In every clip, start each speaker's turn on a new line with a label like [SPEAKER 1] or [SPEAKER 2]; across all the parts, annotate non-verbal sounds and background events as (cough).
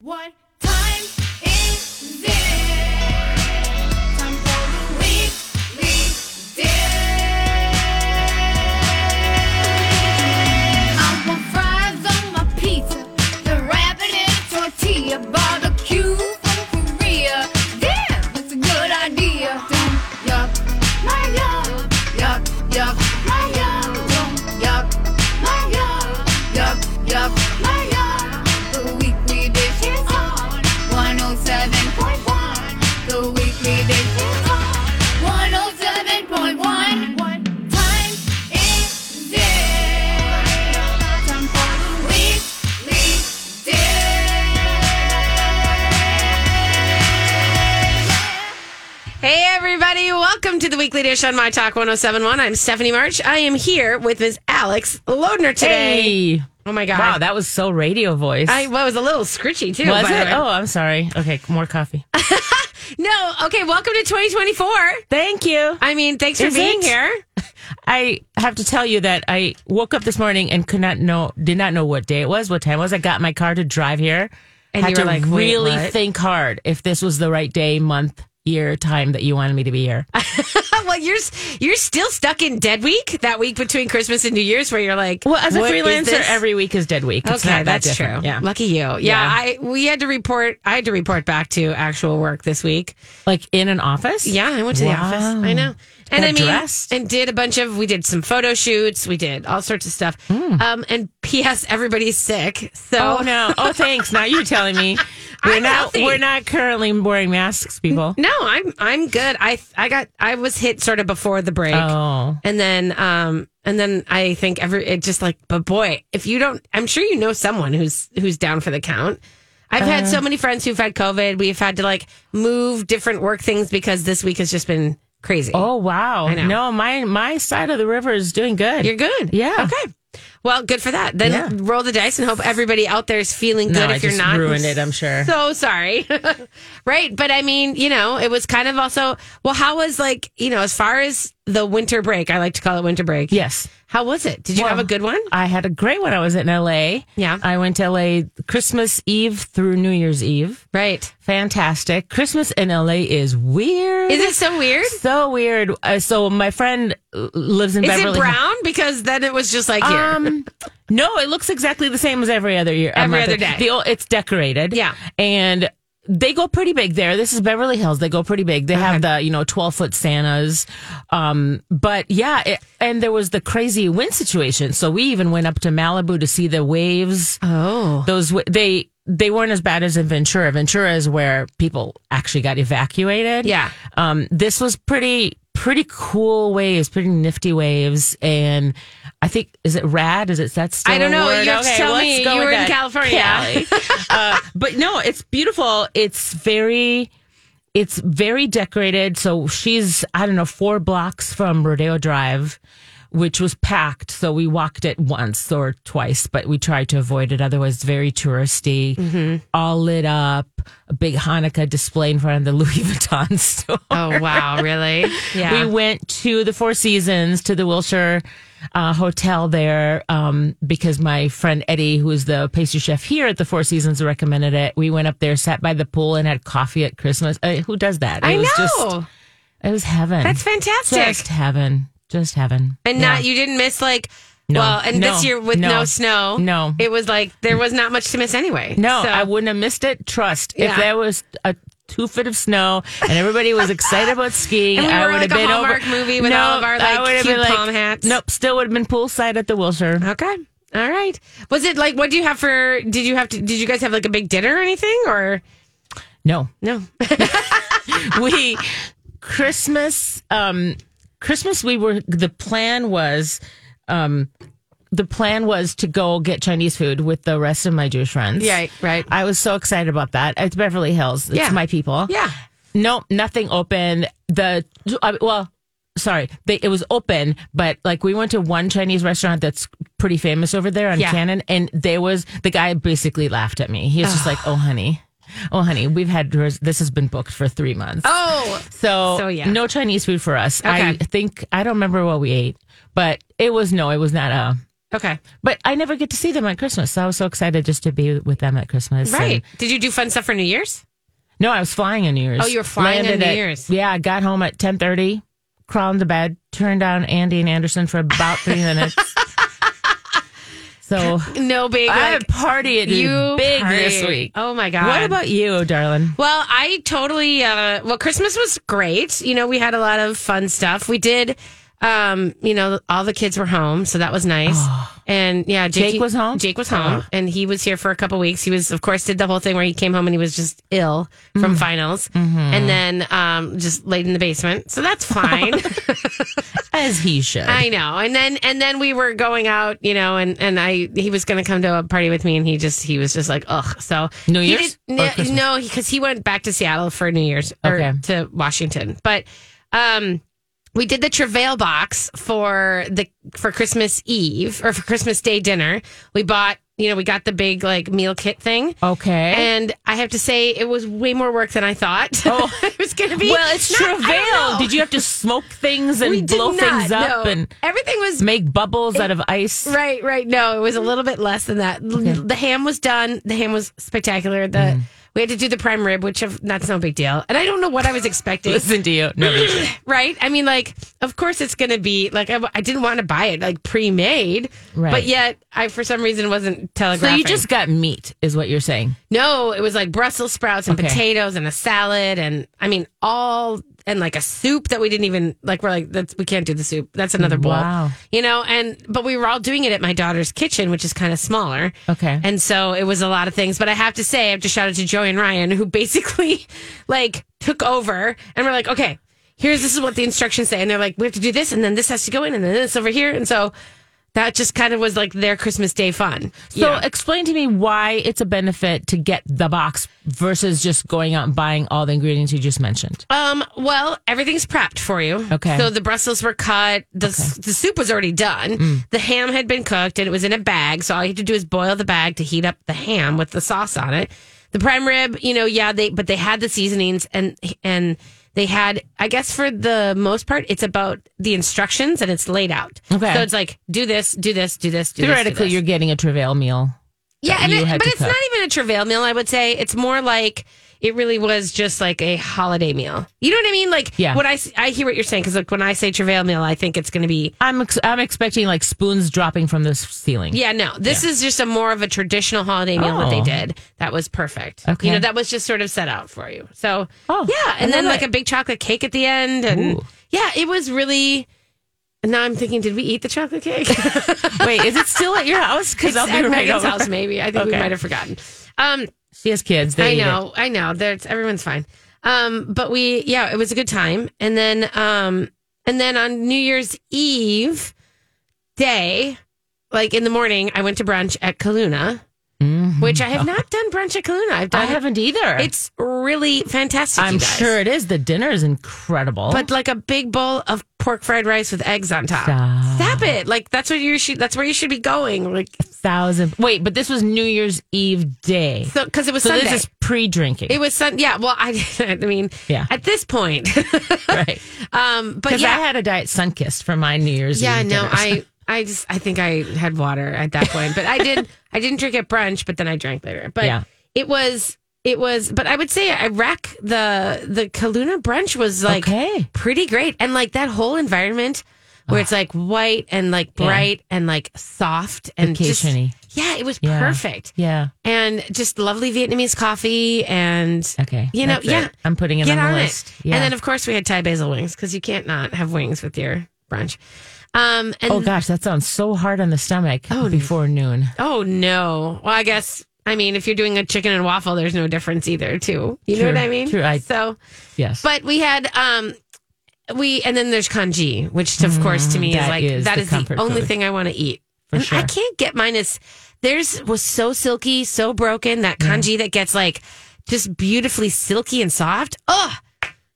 [SPEAKER 1] What time is it? Time for the weekly dip. I want fries on my pizza, the rabbit and tortilla, barbecue from Korea. Damn, that's a good idea. Don't yuck, my yuck, yuck, yuck, my yuck. Don't yuck, my yuck, yuck, yuck, my yuck. The weekly dish is on 107.1. The weekly dish is on 107.1. What time is it? Time for the weekly dish.
[SPEAKER 2] Hey, everybody. Welcome to the Weekly Dish on My Talk 1071. I'm Stephanie March. I am here with Ms. Alex Loadner today.
[SPEAKER 3] Hey.
[SPEAKER 2] Oh, my God.
[SPEAKER 3] Wow, that was so radio voice.
[SPEAKER 2] I well, it was a little scritchy, too.
[SPEAKER 3] was
[SPEAKER 2] by the
[SPEAKER 3] it?
[SPEAKER 2] way.
[SPEAKER 3] Oh, I'm sorry. Okay, more coffee.
[SPEAKER 2] No. Okay. Welcome to 2024.
[SPEAKER 3] Thank you.
[SPEAKER 2] I mean, thanks for
[SPEAKER 3] Is
[SPEAKER 2] being
[SPEAKER 3] it?
[SPEAKER 2] here. (laughs)
[SPEAKER 3] I have to tell you that I woke up this morning and could not know, did not know what day it was, what time it was. I got in my car to drive here.
[SPEAKER 2] And
[SPEAKER 3] had
[SPEAKER 2] you were
[SPEAKER 3] to
[SPEAKER 2] like, wait,
[SPEAKER 3] really
[SPEAKER 2] what?
[SPEAKER 3] think hard if this was the right day, month, year, time that you wanted me to be here.
[SPEAKER 2] well, you're s- you're still stuck in dead week, that week between Christmas and New Year's where you're like,
[SPEAKER 3] (laughs) Well, as a
[SPEAKER 2] what is
[SPEAKER 3] freelancer,
[SPEAKER 2] this?
[SPEAKER 3] every week is dead week. It's
[SPEAKER 2] okay,
[SPEAKER 3] not that
[SPEAKER 2] that's true.
[SPEAKER 3] different. Yeah.
[SPEAKER 2] Lucky you. Yeah,
[SPEAKER 3] Yeah.
[SPEAKER 2] I we had to report. I had to report back to actual work this week.
[SPEAKER 3] Like in an office?
[SPEAKER 2] Yeah, I went to the
[SPEAKER 3] Wow.
[SPEAKER 2] office. I know, and
[SPEAKER 3] Got
[SPEAKER 2] I mean,
[SPEAKER 3] dressed?
[SPEAKER 2] and did a bunch of. We did some photo shoots. We did all sorts of stuff. Um, and P.S. Everybody's sick. So
[SPEAKER 3] Hmm. Oh no. Oh thanks. Now you're telling me. (laughs) We're
[SPEAKER 2] I'm
[SPEAKER 3] not
[SPEAKER 2] healthy.
[SPEAKER 3] we're not currently wearing masks, people.
[SPEAKER 2] no, I'm I'm good. I I got I was hit sort of before the break.
[SPEAKER 3] Oh.
[SPEAKER 2] and then um and then I think every it just like but boy if you don't I'm sure you know someone who's who's down for the count. I've had
[SPEAKER 3] Uh-huh.
[SPEAKER 2] so many friends who've had COVID. We've had to like move different work things because this week has just been crazy.
[SPEAKER 3] Oh wow!
[SPEAKER 2] know.
[SPEAKER 3] No, my my side of the river is doing good.
[SPEAKER 2] You're good.
[SPEAKER 3] Yeah.
[SPEAKER 2] Okay. Well, good for that. Then
[SPEAKER 3] Yeah.
[SPEAKER 2] roll the dice and hope everybody out there is feeling
[SPEAKER 3] No,
[SPEAKER 2] good.
[SPEAKER 3] I
[SPEAKER 2] if you're
[SPEAKER 3] just
[SPEAKER 2] not,
[SPEAKER 3] ruined it, I'm
[SPEAKER 2] (laughs)
[SPEAKER 3] sure.
[SPEAKER 2] So sorry. (laughs) right, but I mean, you know, it was kind of also well. How was like you know as far as the winter break? I like to call it winter break.
[SPEAKER 3] yes,
[SPEAKER 2] How was it? Did you
[SPEAKER 3] Well,
[SPEAKER 2] have a good one?
[SPEAKER 3] I had a great one. I was in L.A.
[SPEAKER 2] Yeah.
[SPEAKER 3] I went to L.A. Christmas Eve through New Year's Eve.
[SPEAKER 2] Right.
[SPEAKER 3] Fantastic. Christmas in L.A. is weird.
[SPEAKER 2] Is it so weird? Is
[SPEAKER 3] so weird? Uh, so my friend uh, lives in Beverly.
[SPEAKER 2] it brown? Because then it was just like here.
[SPEAKER 3] Um, no, it looks exactly the same as every other year. uh,
[SPEAKER 2] Every
[SPEAKER 3] month.
[SPEAKER 2] other day.
[SPEAKER 3] The old, it's decorated.
[SPEAKER 2] Yeah.
[SPEAKER 3] And they go pretty big there. This is Beverly Hills. They go pretty big. They have the, you know, 12 foot Santas. Um, but yeah, it, and there was the crazy wind situation. So we even went up to Malibu to see the waves.
[SPEAKER 2] oh.
[SPEAKER 3] Those, wa- they, they weren't as bad as in Ventura. Ventura is where people actually got evacuated.
[SPEAKER 2] Yeah.
[SPEAKER 3] Um, this was pretty, pretty cool waves, pretty nifty waves. And I think, is it rad? Is it that still
[SPEAKER 2] I don't
[SPEAKER 3] a
[SPEAKER 2] know.
[SPEAKER 3] word?
[SPEAKER 2] You have to
[SPEAKER 3] Okay,
[SPEAKER 2] tell
[SPEAKER 3] let's
[SPEAKER 2] me.
[SPEAKER 3] go
[SPEAKER 2] You
[SPEAKER 3] with
[SPEAKER 2] were in
[SPEAKER 3] that.
[SPEAKER 2] California. (laughs)
[SPEAKER 3] Cali. uh, but no, it's beautiful. It's very, it's very decorated. So she's, I don't know, four blocks from Rodeo Drive. Which was packed, so we walked it once or twice, but we tried to avoid it. Otherwise, it's very touristy, all lit up, a big Hanukkah display in front of the (laughs) Louis Vuitton store.
[SPEAKER 2] Oh wow! Really?
[SPEAKER 3] (laughs)
[SPEAKER 2] Yeah.
[SPEAKER 3] We went to the Four Seasons to the Wilshire uh, Hotel there um, because my friend Eddie, who is the pastry chef here at the Four Seasons, recommended it. We went up there, sat by the pool, and had coffee at Christmas. Uh, who does that? It
[SPEAKER 2] I know.
[SPEAKER 3] was Just, it was heaven.
[SPEAKER 2] That's fantastic.
[SPEAKER 3] Just heaven. Just heaven.
[SPEAKER 2] and
[SPEAKER 3] Yeah.
[SPEAKER 2] not you didn't miss like
[SPEAKER 3] No.
[SPEAKER 2] well, and
[SPEAKER 3] No.
[SPEAKER 2] this year with no,
[SPEAKER 3] No.
[SPEAKER 2] snow,
[SPEAKER 3] No.
[SPEAKER 2] it was like there was not much to miss anyway.
[SPEAKER 3] No,
[SPEAKER 2] So-
[SPEAKER 3] I wouldn't have missed it. Trust.
[SPEAKER 2] Yeah.
[SPEAKER 3] If there was a two foot of snow and everybody was excited
[SPEAKER 2] (laughs)
[SPEAKER 3] about skiing,
[SPEAKER 2] And we
[SPEAKER 3] I
[SPEAKER 2] were
[SPEAKER 3] would
[SPEAKER 2] like
[SPEAKER 3] have
[SPEAKER 2] a
[SPEAKER 3] been
[SPEAKER 2] Hallmark
[SPEAKER 3] over.
[SPEAKER 2] movie with all of our,
[SPEAKER 3] I
[SPEAKER 2] like,
[SPEAKER 3] would have
[SPEAKER 2] cute
[SPEAKER 3] been like-
[SPEAKER 2] palm hats.
[SPEAKER 3] Nope, still would have been poolside at the Wilshire.
[SPEAKER 2] Okay. All right. Was it like what do you have for? Did you have to? Did you guys have like a big dinner or anything? Or
[SPEAKER 3] No,
[SPEAKER 2] no?
[SPEAKER 3] (laughs) we Christmas um Christmas we were the plan was um the plan was to go get Chinese food with the rest of my Jewish friends.
[SPEAKER 2] Yeah, right.
[SPEAKER 3] I was so excited about that. It's Beverly Hills. It's
[SPEAKER 2] Yeah.
[SPEAKER 3] my people.
[SPEAKER 2] Yeah.
[SPEAKER 3] Nope, nothing open. The I- well, sorry, they, it was open, but like we went to one Chinese restaurant that's pretty famous over there on
[SPEAKER 2] Yeah.
[SPEAKER 3] Cannon, and there was the guy basically laughed at me. He was
[SPEAKER 2] (sighs)
[SPEAKER 3] just like, "Oh, honey." Oh, honey, we've had res- this has been booked for three months.
[SPEAKER 2] Oh,
[SPEAKER 3] So,
[SPEAKER 2] So, yeah.
[SPEAKER 3] no Chinese food for us. I
[SPEAKER 2] Okay.
[SPEAKER 3] think I don't remember what we ate, but it was no, it was not a.
[SPEAKER 2] (laughs) okay.
[SPEAKER 3] But I never get to see them at Christmas, so I was so excited just to be with them at Christmas. and-
[SPEAKER 2] Right. Did you do fun stuff for New Year's?
[SPEAKER 3] no, I was flying on New Year's.
[SPEAKER 2] Oh, you were flying on
[SPEAKER 3] Landed
[SPEAKER 2] New
[SPEAKER 3] at-
[SPEAKER 2] Year's.
[SPEAKER 3] Yeah, I got home at ten thirty, crawled into bed, turned on Andy and Anderson for about
[SPEAKER 2] (laughs)
[SPEAKER 3] three minutes. So
[SPEAKER 2] No big.
[SPEAKER 3] I
[SPEAKER 2] like,
[SPEAKER 3] had party at you big this
[SPEAKER 2] partied.
[SPEAKER 3] week.
[SPEAKER 2] Oh my god.
[SPEAKER 3] What about you, darling?
[SPEAKER 2] Well, I totally. Uh, well, Christmas was great. You know, we had a lot of fun stuff. We did. Um, you know, all the kids were home, so that was nice.
[SPEAKER 3] (gasps)
[SPEAKER 2] And yeah, Jakey-
[SPEAKER 3] Jake was home? Uh-huh.
[SPEAKER 2] Jake was home, and he was here for a couple weeks. He was, of course, did the whole thing where he came home and he was just ill
[SPEAKER 3] Mm-hmm.
[SPEAKER 2] from finals, and then um, just laid in the basement. So that's fine.
[SPEAKER 3] (laughs) As he should.
[SPEAKER 2] I know. And then and then we were going out, you know, and and I he was going to come to a party with me, and he just he was just like ugh. So
[SPEAKER 3] New
[SPEAKER 2] he
[SPEAKER 3] Year's
[SPEAKER 2] did-
[SPEAKER 3] or
[SPEAKER 2] no,
[SPEAKER 3] Christmas?
[SPEAKER 2] no, because he went back to Seattle for New Year's or
[SPEAKER 3] Okay.
[SPEAKER 2] to Washington, but um. We did the travail box for the for Christmas Eve or for Christmas Day dinner. We bought, you know, we got the big like meal kit thing.
[SPEAKER 3] okay.
[SPEAKER 2] And I have to say it was way more work than I thought. (laughs)
[SPEAKER 3] Oh.
[SPEAKER 2] it was going to be
[SPEAKER 3] well, it's
[SPEAKER 2] No, I don't know.
[SPEAKER 3] travail. Did you have to smoke things and
[SPEAKER 2] We did
[SPEAKER 3] blow things
[SPEAKER 2] not,
[SPEAKER 3] up
[SPEAKER 2] no.
[SPEAKER 3] and
[SPEAKER 2] everything was
[SPEAKER 3] make bubbles out of
[SPEAKER 2] (laughs)
[SPEAKER 3] ice?
[SPEAKER 2] Right, right. No, it was a little bit less than that. L- The ham was done. The ham was spectacular. The
[SPEAKER 3] Mm-hmm.
[SPEAKER 2] we had to do the prime rib, which of, that's no big deal. And I don't know what I was expecting.
[SPEAKER 3] (laughs) Listen to you. No, listen. (clears throat)
[SPEAKER 2] right? I mean, like, of course it's going to be like I, w- I didn't want to buy it like pre-made,
[SPEAKER 3] Right.
[SPEAKER 2] but yet I for some reason wasn't
[SPEAKER 3] so
[SPEAKER 2] telegraphing.
[SPEAKER 3] you just got meat, is what you're saying.
[SPEAKER 2] no, it was like Brussels sprouts and
[SPEAKER 3] Okay.
[SPEAKER 2] potatoes and a salad and I mean all and like a soup that we didn't even like. We're like that's we can't do the soup. That's another bowl.
[SPEAKER 3] Wow.
[SPEAKER 2] You know, and but we were all doing it at my daughter's kitchen, which is kind of smaller.
[SPEAKER 3] Okay.
[SPEAKER 2] And so it was a lot of things. But I have to say, I have to shout out to Joey and Ryan, who basically (laughs) like took over and we're like, okay, here's this is what the instructions say. And they're like, we have to do this and then this has to go in and then this over here. And so that just kind of was like their Christmas Day fun.
[SPEAKER 3] So explain to me why it's a benefit to get the box versus just going out and buying all the ingredients you just mentioned.
[SPEAKER 2] Um, well, everything's prepped for you.
[SPEAKER 3] Okay.
[SPEAKER 2] So the Brussels were cut. The, the soup was already done.
[SPEAKER 3] Mm.
[SPEAKER 2] The ham had been cooked and it was in a bag. So all you had to do is boil the bag to heat up the ham with the sauce on it. The prime rib, you know, yeah, they, but they had the seasonings and, and they had, I guess for the most part, it's about the instructions and it's laid out.
[SPEAKER 3] Okay.
[SPEAKER 2] So it's like, do this, do this, do this, do this. do
[SPEAKER 3] Theoretically,
[SPEAKER 2] this.
[SPEAKER 3] you're getting a travail meal.
[SPEAKER 2] Yeah, and
[SPEAKER 3] you
[SPEAKER 2] it,
[SPEAKER 3] had
[SPEAKER 2] but
[SPEAKER 3] to
[SPEAKER 2] it's
[SPEAKER 3] cook.
[SPEAKER 2] not even a travail meal. I would say it's more like it really was just like a holiday meal. You know what I mean? Like,
[SPEAKER 3] Yeah.
[SPEAKER 2] What I s- I hear what you're saying because like when I say travail meal, I think it's going to be
[SPEAKER 3] I'm ex- I'm expecting like spoons dropping from the ceiling.
[SPEAKER 2] yeah. No, this is just a more of a traditional holiday meal that they
[SPEAKER 3] Oh.
[SPEAKER 2] did. That was perfect.
[SPEAKER 3] Okay.
[SPEAKER 2] you know that was just sort of set out for you. So
[SPEAKER 3] Oh,
[SPEAKER 2] yeah,
[SPEAKER 3] I
[SPEAKER 2] and then
[SPEAKER 3] love
[SPEAKER 2] like a
[SPEAKER 3] it.
[SPEAKER 2] big chocolate cake at the end, and
[SPEAKER 3] Ooh.
[SPEAKER 2] yeah, it was really. Now I'm thinking, did we eat the chocolate cake?
[SPEAKER 3] (laughs)
[SPEAKER 2] (laughs)
[SPEAKER 3] Wait, is it still at your house? Because I'll
[SPEAKER 2] It's
[SPEAKER 3] be
[SPEAKER 2] at
[SPEAKER 3] right
[SPEAKER 2] Megan's
[SPEAKER 3] over.
[SPEAKER 2] house, maybe. I think we
[SPEAKER 3] Okay.
[SPEAKER 2] might have forgotten. Um,
[SPEAKER 3] She has kids. They eat
[SPEAKER 2] I
[SPEAKER 3] it.
[SPEAKER 2] know, I know. There's everyone's fine. Um, but we, yeah, it was a good time. And then, um, and then on New Year's Eve day, like in the morning, I went to brunch at Kaluna,
[SPEAKER 3] Mm-hmm.
[SPEAKER 2] which I have not done brunch at Kaluna. I've done.
[SPEAKER 3] I haven't either.
[SPEAKER 2] It's really fantastic.
[SPEAKER 3] I'm
[SPEAKER 2] you guys.
[SPEAKER 3] sure it is. The dinner is incredible.
[SPEAKER 2] But like a big bowl of pork fried rice with eggs on top.
[SPEAKER 3] Stop.
[SPEAKER 2] Stop it! Like that's what you should. That's where you should be going. Like
[SPEAKER 3] thousand. Wait, but this was New Year's Eve day. So,
[SPEAKER 2] so, because it was Sunday.
[SPEAKER 3] this is pre-drinking.
[SPEAKER 2] it was Sun. Yeah. Well, I. (laughs) I mean.
[SPEAKER 3] Yeah.
[SPEAKER 2] At this point. (laughs)
[SPEAKER 3] right. (laughs)
[SPEAKER 2] um. But
[SPEAKER 3] Because
[SPEAKER 2] yeah.
[SPEAKER 3] I had a diet sunkist for my New Year's.
[SPEAKER 2] Yeah,
[SPEAKER 3] Eve
[SPEAKER 2] no,
[SPEAKER 3] dinners. (laughs)
[SPEAKER 2] I I just I think I had water at that point, but I did I didn't drink at brunch, but then I drank later. But
[SPEAKER 3] Yeah.
[SPEAKER 2] it was it was, but I would say I rack the the Kaluna brunch was like
[SPEAKER 3] Okay.
[SPEAKER 2] pretty great, and like that whole environment where it's like white and like bright and like soft and just
[SPEAKER 3] Vacation-y.
[SPEAKER 2] yeah, it was
[SPEAKER 3] Yeah.
[SPEAKER 2] perfect.
[SPEAKER 3] Yeah.
[SPEAKER 2] And just lovely Vietnamese coffee and
[SPEAKER 3] Okay,
[SPEAKER 2] you know
[SPEAKER 3] that's it.
[SPEAKER 2] yeah
[SPEAKER 3] I'm putting it
[SPEAKER 2] Get
[SPEAKER 3] on the
[SPEAKER 2] on
[SPEAKER 3] list.
[SPEAKER 2] it.
[SPEAKER 3] Yeah.
[SPEAKER 2] And then of course we had Thai basil wings because you can't not have wings with your brunch. Um and
[SPEAKER 3] Oh gosh, that sounds so hard on the stomach before noon.
[SPEAKER 2] Oh no. Well, I guess I mean if you're doing a chicken and waffle, there's no difference either, too. You
[SPEAKER 3] True,
[SPEAKER 2] know what I mean?
[SPEAKER 3] true, I-
[SPEAKER 2] so,
[SPEAKER 3] Yes.
[SPEAKER 2] but we had um we and then there's congee, which of course to me is
[SPEAKER 3] Mm, that
[SPEAKER 2] like
[SPEAKER 3] is
[SPEAKER 2] that
[SPEAKER 3] the
[SPEAKER 2] is the
[SPEAKER 3] comfort
[SPEAKER 2] only
[SPEAKER 3] food.
[SPEAKER 2] thing I want to eat
[SPEAKER 3] for
[SPEAKER 2] and
[SPEAKER 3] sure.
[SPEAKER 2] I can't get mine as theirs was so silky, so broken that kanji that gets like just beautifully silky and soft. Ugh.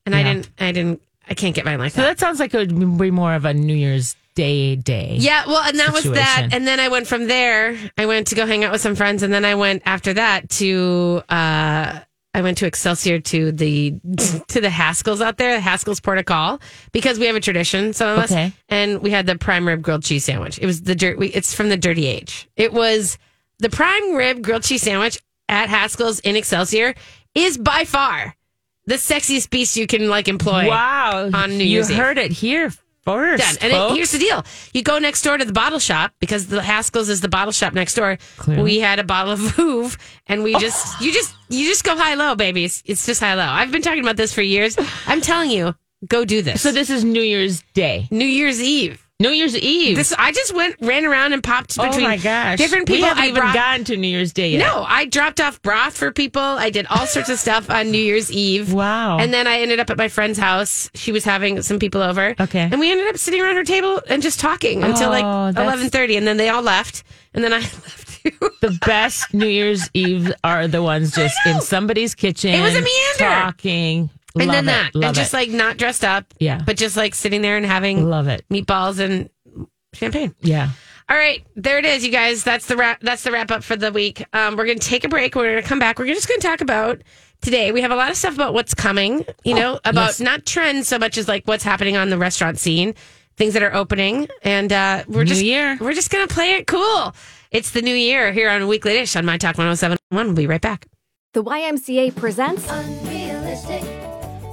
[SPEAKER 2] And I didn't. I didn't. I can't get mine like
[SPEAKER 3] So
[SPEAKER 2] that.
[SPEAKER 3] that sounds like it would be more of a New Year's Day day.
[SPEAKER 2] Yeah, well, and that was that.
[SPEAKER 3] Situation.
[SPEAKER 2] And then I went from there. I went to go hang out with some friends, and then I went after that to uh, I went to Excelsior to the (laughs) to the Haskells out there, the Haskells Portical, because we have a tradition, some of
[SPEAKER 3] Okay.
[SPEAKER 2] us, and we had the prime rib grilled cheese sandwich. It was the dirt. We, it's from the Dirty Age. It was the prime rib grilled cheese sandwich at Haskells in Excelsior is by far the sexiest beast you can like employ.
[SPEAKER 3] Wow.
[SPEAKER 2] On New
[SPEAKER 3] you
[SPEAKER 2] Year's Eve.
[SPEAKER 3] heard it here first.
[SPEAKER 2] Done. And it,
[SPEAKER 3] folks.
[SPEAKER 2] here's the deal: you go next door to the bottle shop because the Haskell's is the bottle shop next door.
[SPEAKER 3] Clearly.
[SPEAKER 2] We had a bottle of (laughs) Hoove, and we just
[SPEAKER 3] Oh.
[SPEAKER 2] you just you just go high low, babies. It's just high low. I've been talking about this for years. I'm telling you, go do this.
[SPEAKER 3] so this is New Year's Day.
[SPEAKER 2] New Year's Eve.
[SPEAKER 3] New Year's Eve.
[SPEAKER 2] This I just went ran around and popped
[SPEAKER 3] oh
[SPEAKER 2] between
[SPEAKER 3] my gosh.
[SPEAKER 2] different people.
[SPEAKER 3] We haven't
[SPEAKER 2] I
[SPEAKER 3] even
[SPEAKER 2] brought-
[SPEAKER 3] gotten to New Year's Day yet.
[SPEAKER 2] No, I dropped off broth for people. I did all sorts of stuff on New Year's Eve.
[SPEAKER 3] (laughs) Wow.
[SPEAKER 2] And then I ended up at my friend's house. She was having some people over.
[SPEAKER 3] Okay.
[SPEAKER 2] And we ended up sitting around her table and just talking until like
[SPEAKER 3] Oh, that's-
[SPEAKER 2] 11:30 and then they all left and then I (laughs) left too.
[SPEAKER 3] the best New Year's Eve are the ones just
[SPEAKER 2] know.
[SPEAKER 3] in somebody's kitchen.
[SPEAKER 2] It was a meander.
[SPEAKER 3] Talking.
[SPEAKER 2] and
[SPEAKER 3] Love
[SPEAKER 2] then
[SPEAKER 3] it,
[SPEAKER 2] that
[SPEAKER 3] Love
[SPEAKER 2] and just
[SPEAKER 3] it.
[SPEAKER 2] like not dressed up.
[SPEAKER 3] Yeah.
[SPEAKER 2] But just like sitting there and having
[SPEAKER 3] love it.
[SPEAKER 2] meatballs and champagne.
[SPEAKER 3] Yeah.
[SPEAKER 2] All right, there it is, you guys. That's the wrap. That's the wrap up for the week. Um, we're gonna take a break. We're gonna come back. We're just gonna talk about today. We have a lot of stuff about what's coming. You know, about
[SPEAKER 3] Oh, yes.
[SPEAKER 2] not trends so much as like what's happening on the restaurant scene, things that are opening, and uh, we're
[SPEAKER 3] New
[SPEAKER 2] just
[SPEAKER 3] year.
[SPEAKER 2] we're just gonna play it cool. It's the new year here on Weekly Dish on My Talk 107.1. We'll be right back.
[SPEAKER 4] The YMCA presents
[SPEAKER 1] Unrealistic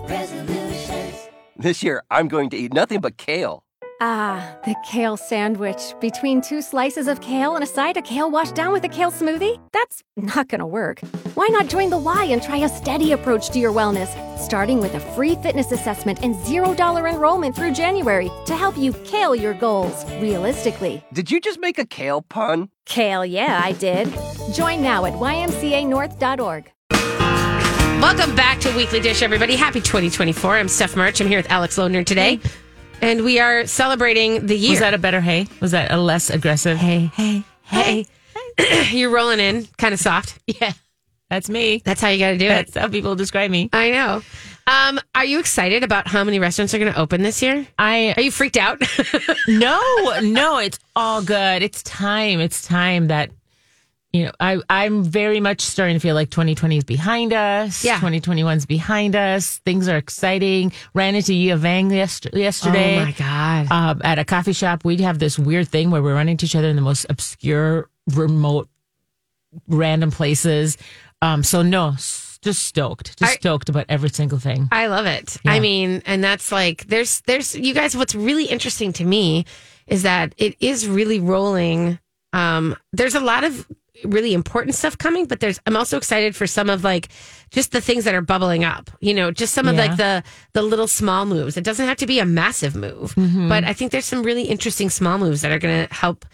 [SPEAKER 1] resolutions.
[SPEAKER 5] This year, I'm going to eat nothing but kale.
[SPEAKER 4] Ah, the kale sandwich. Between two slices of kale and a side of kale washed down with a kale smoothie? That's not gonna work. Why not join the Y and try a steady approach to your wellness, starting with a free fitness assessment and $0 enrollment through January to help you kale your goals realistically.
[SPEAKER 5] Did you just make a kale pun?
[SPEAKER 4] Kale, yeah, I did. Join now at ymcanorth.org.
[SPEAKER 2] Welcome back to Weekly Dish, everybody. Happy 2024. I'm Steph March. I'm here with Alex Lohner today, and we are celebrating the year.
[SPEAKER 3] Was that a better hey? Was that a less aggressive hey? Hey.
[SPEAKER 2] Hey, (laughs) you're rolling in kind of soft.
[SPEAKER 3] (laughs) Yeah. That's me.
[SPEAKER 2] That's how you got to do it.
[SPEAKER 3] That's how people describe me.
[SPEAKER 2] I know. Um, are you excited about how many restaurants are going to open this year?
[SPEAKER 3] I
[SPEAKER 2] Are you freaked out? (laughs)
[SPEAKER 3] no, no, it's all good. It's time. It's time that you know, I I'm very much starting to feel like 2020 is behind us.
[SPEAKER 2] Yeah.
[SPEAKER 3] 2021's behind us. Things are exciting. Ran into Yia Vang yester- yesterday.
[SPEAKER 2] Oh god!
[SPEAKER 3] Um, at a coffee shop, we'd have this weird thing where we're running to each other in the most obscure, remote, random places. Um, so no, s- just stoked, just
[SPEAKER 2] Are-
[SPEAKER 3] stoked about every single thing.
[SPEAKER 2] I love it. I mean, and that's like there's there's you guys. What's really interesting to me is that it is really rolling. Um, there's a lot of really important stuff coming, but there's I'm also excited for some of like just the things that are bubbling up. You know, just some of
[SPEAKER 3] Yeah.
[SPEAKER 2] like the the little small moves. It doesn't have to be a massive move, but I think there's some really interesting small moves that are going to help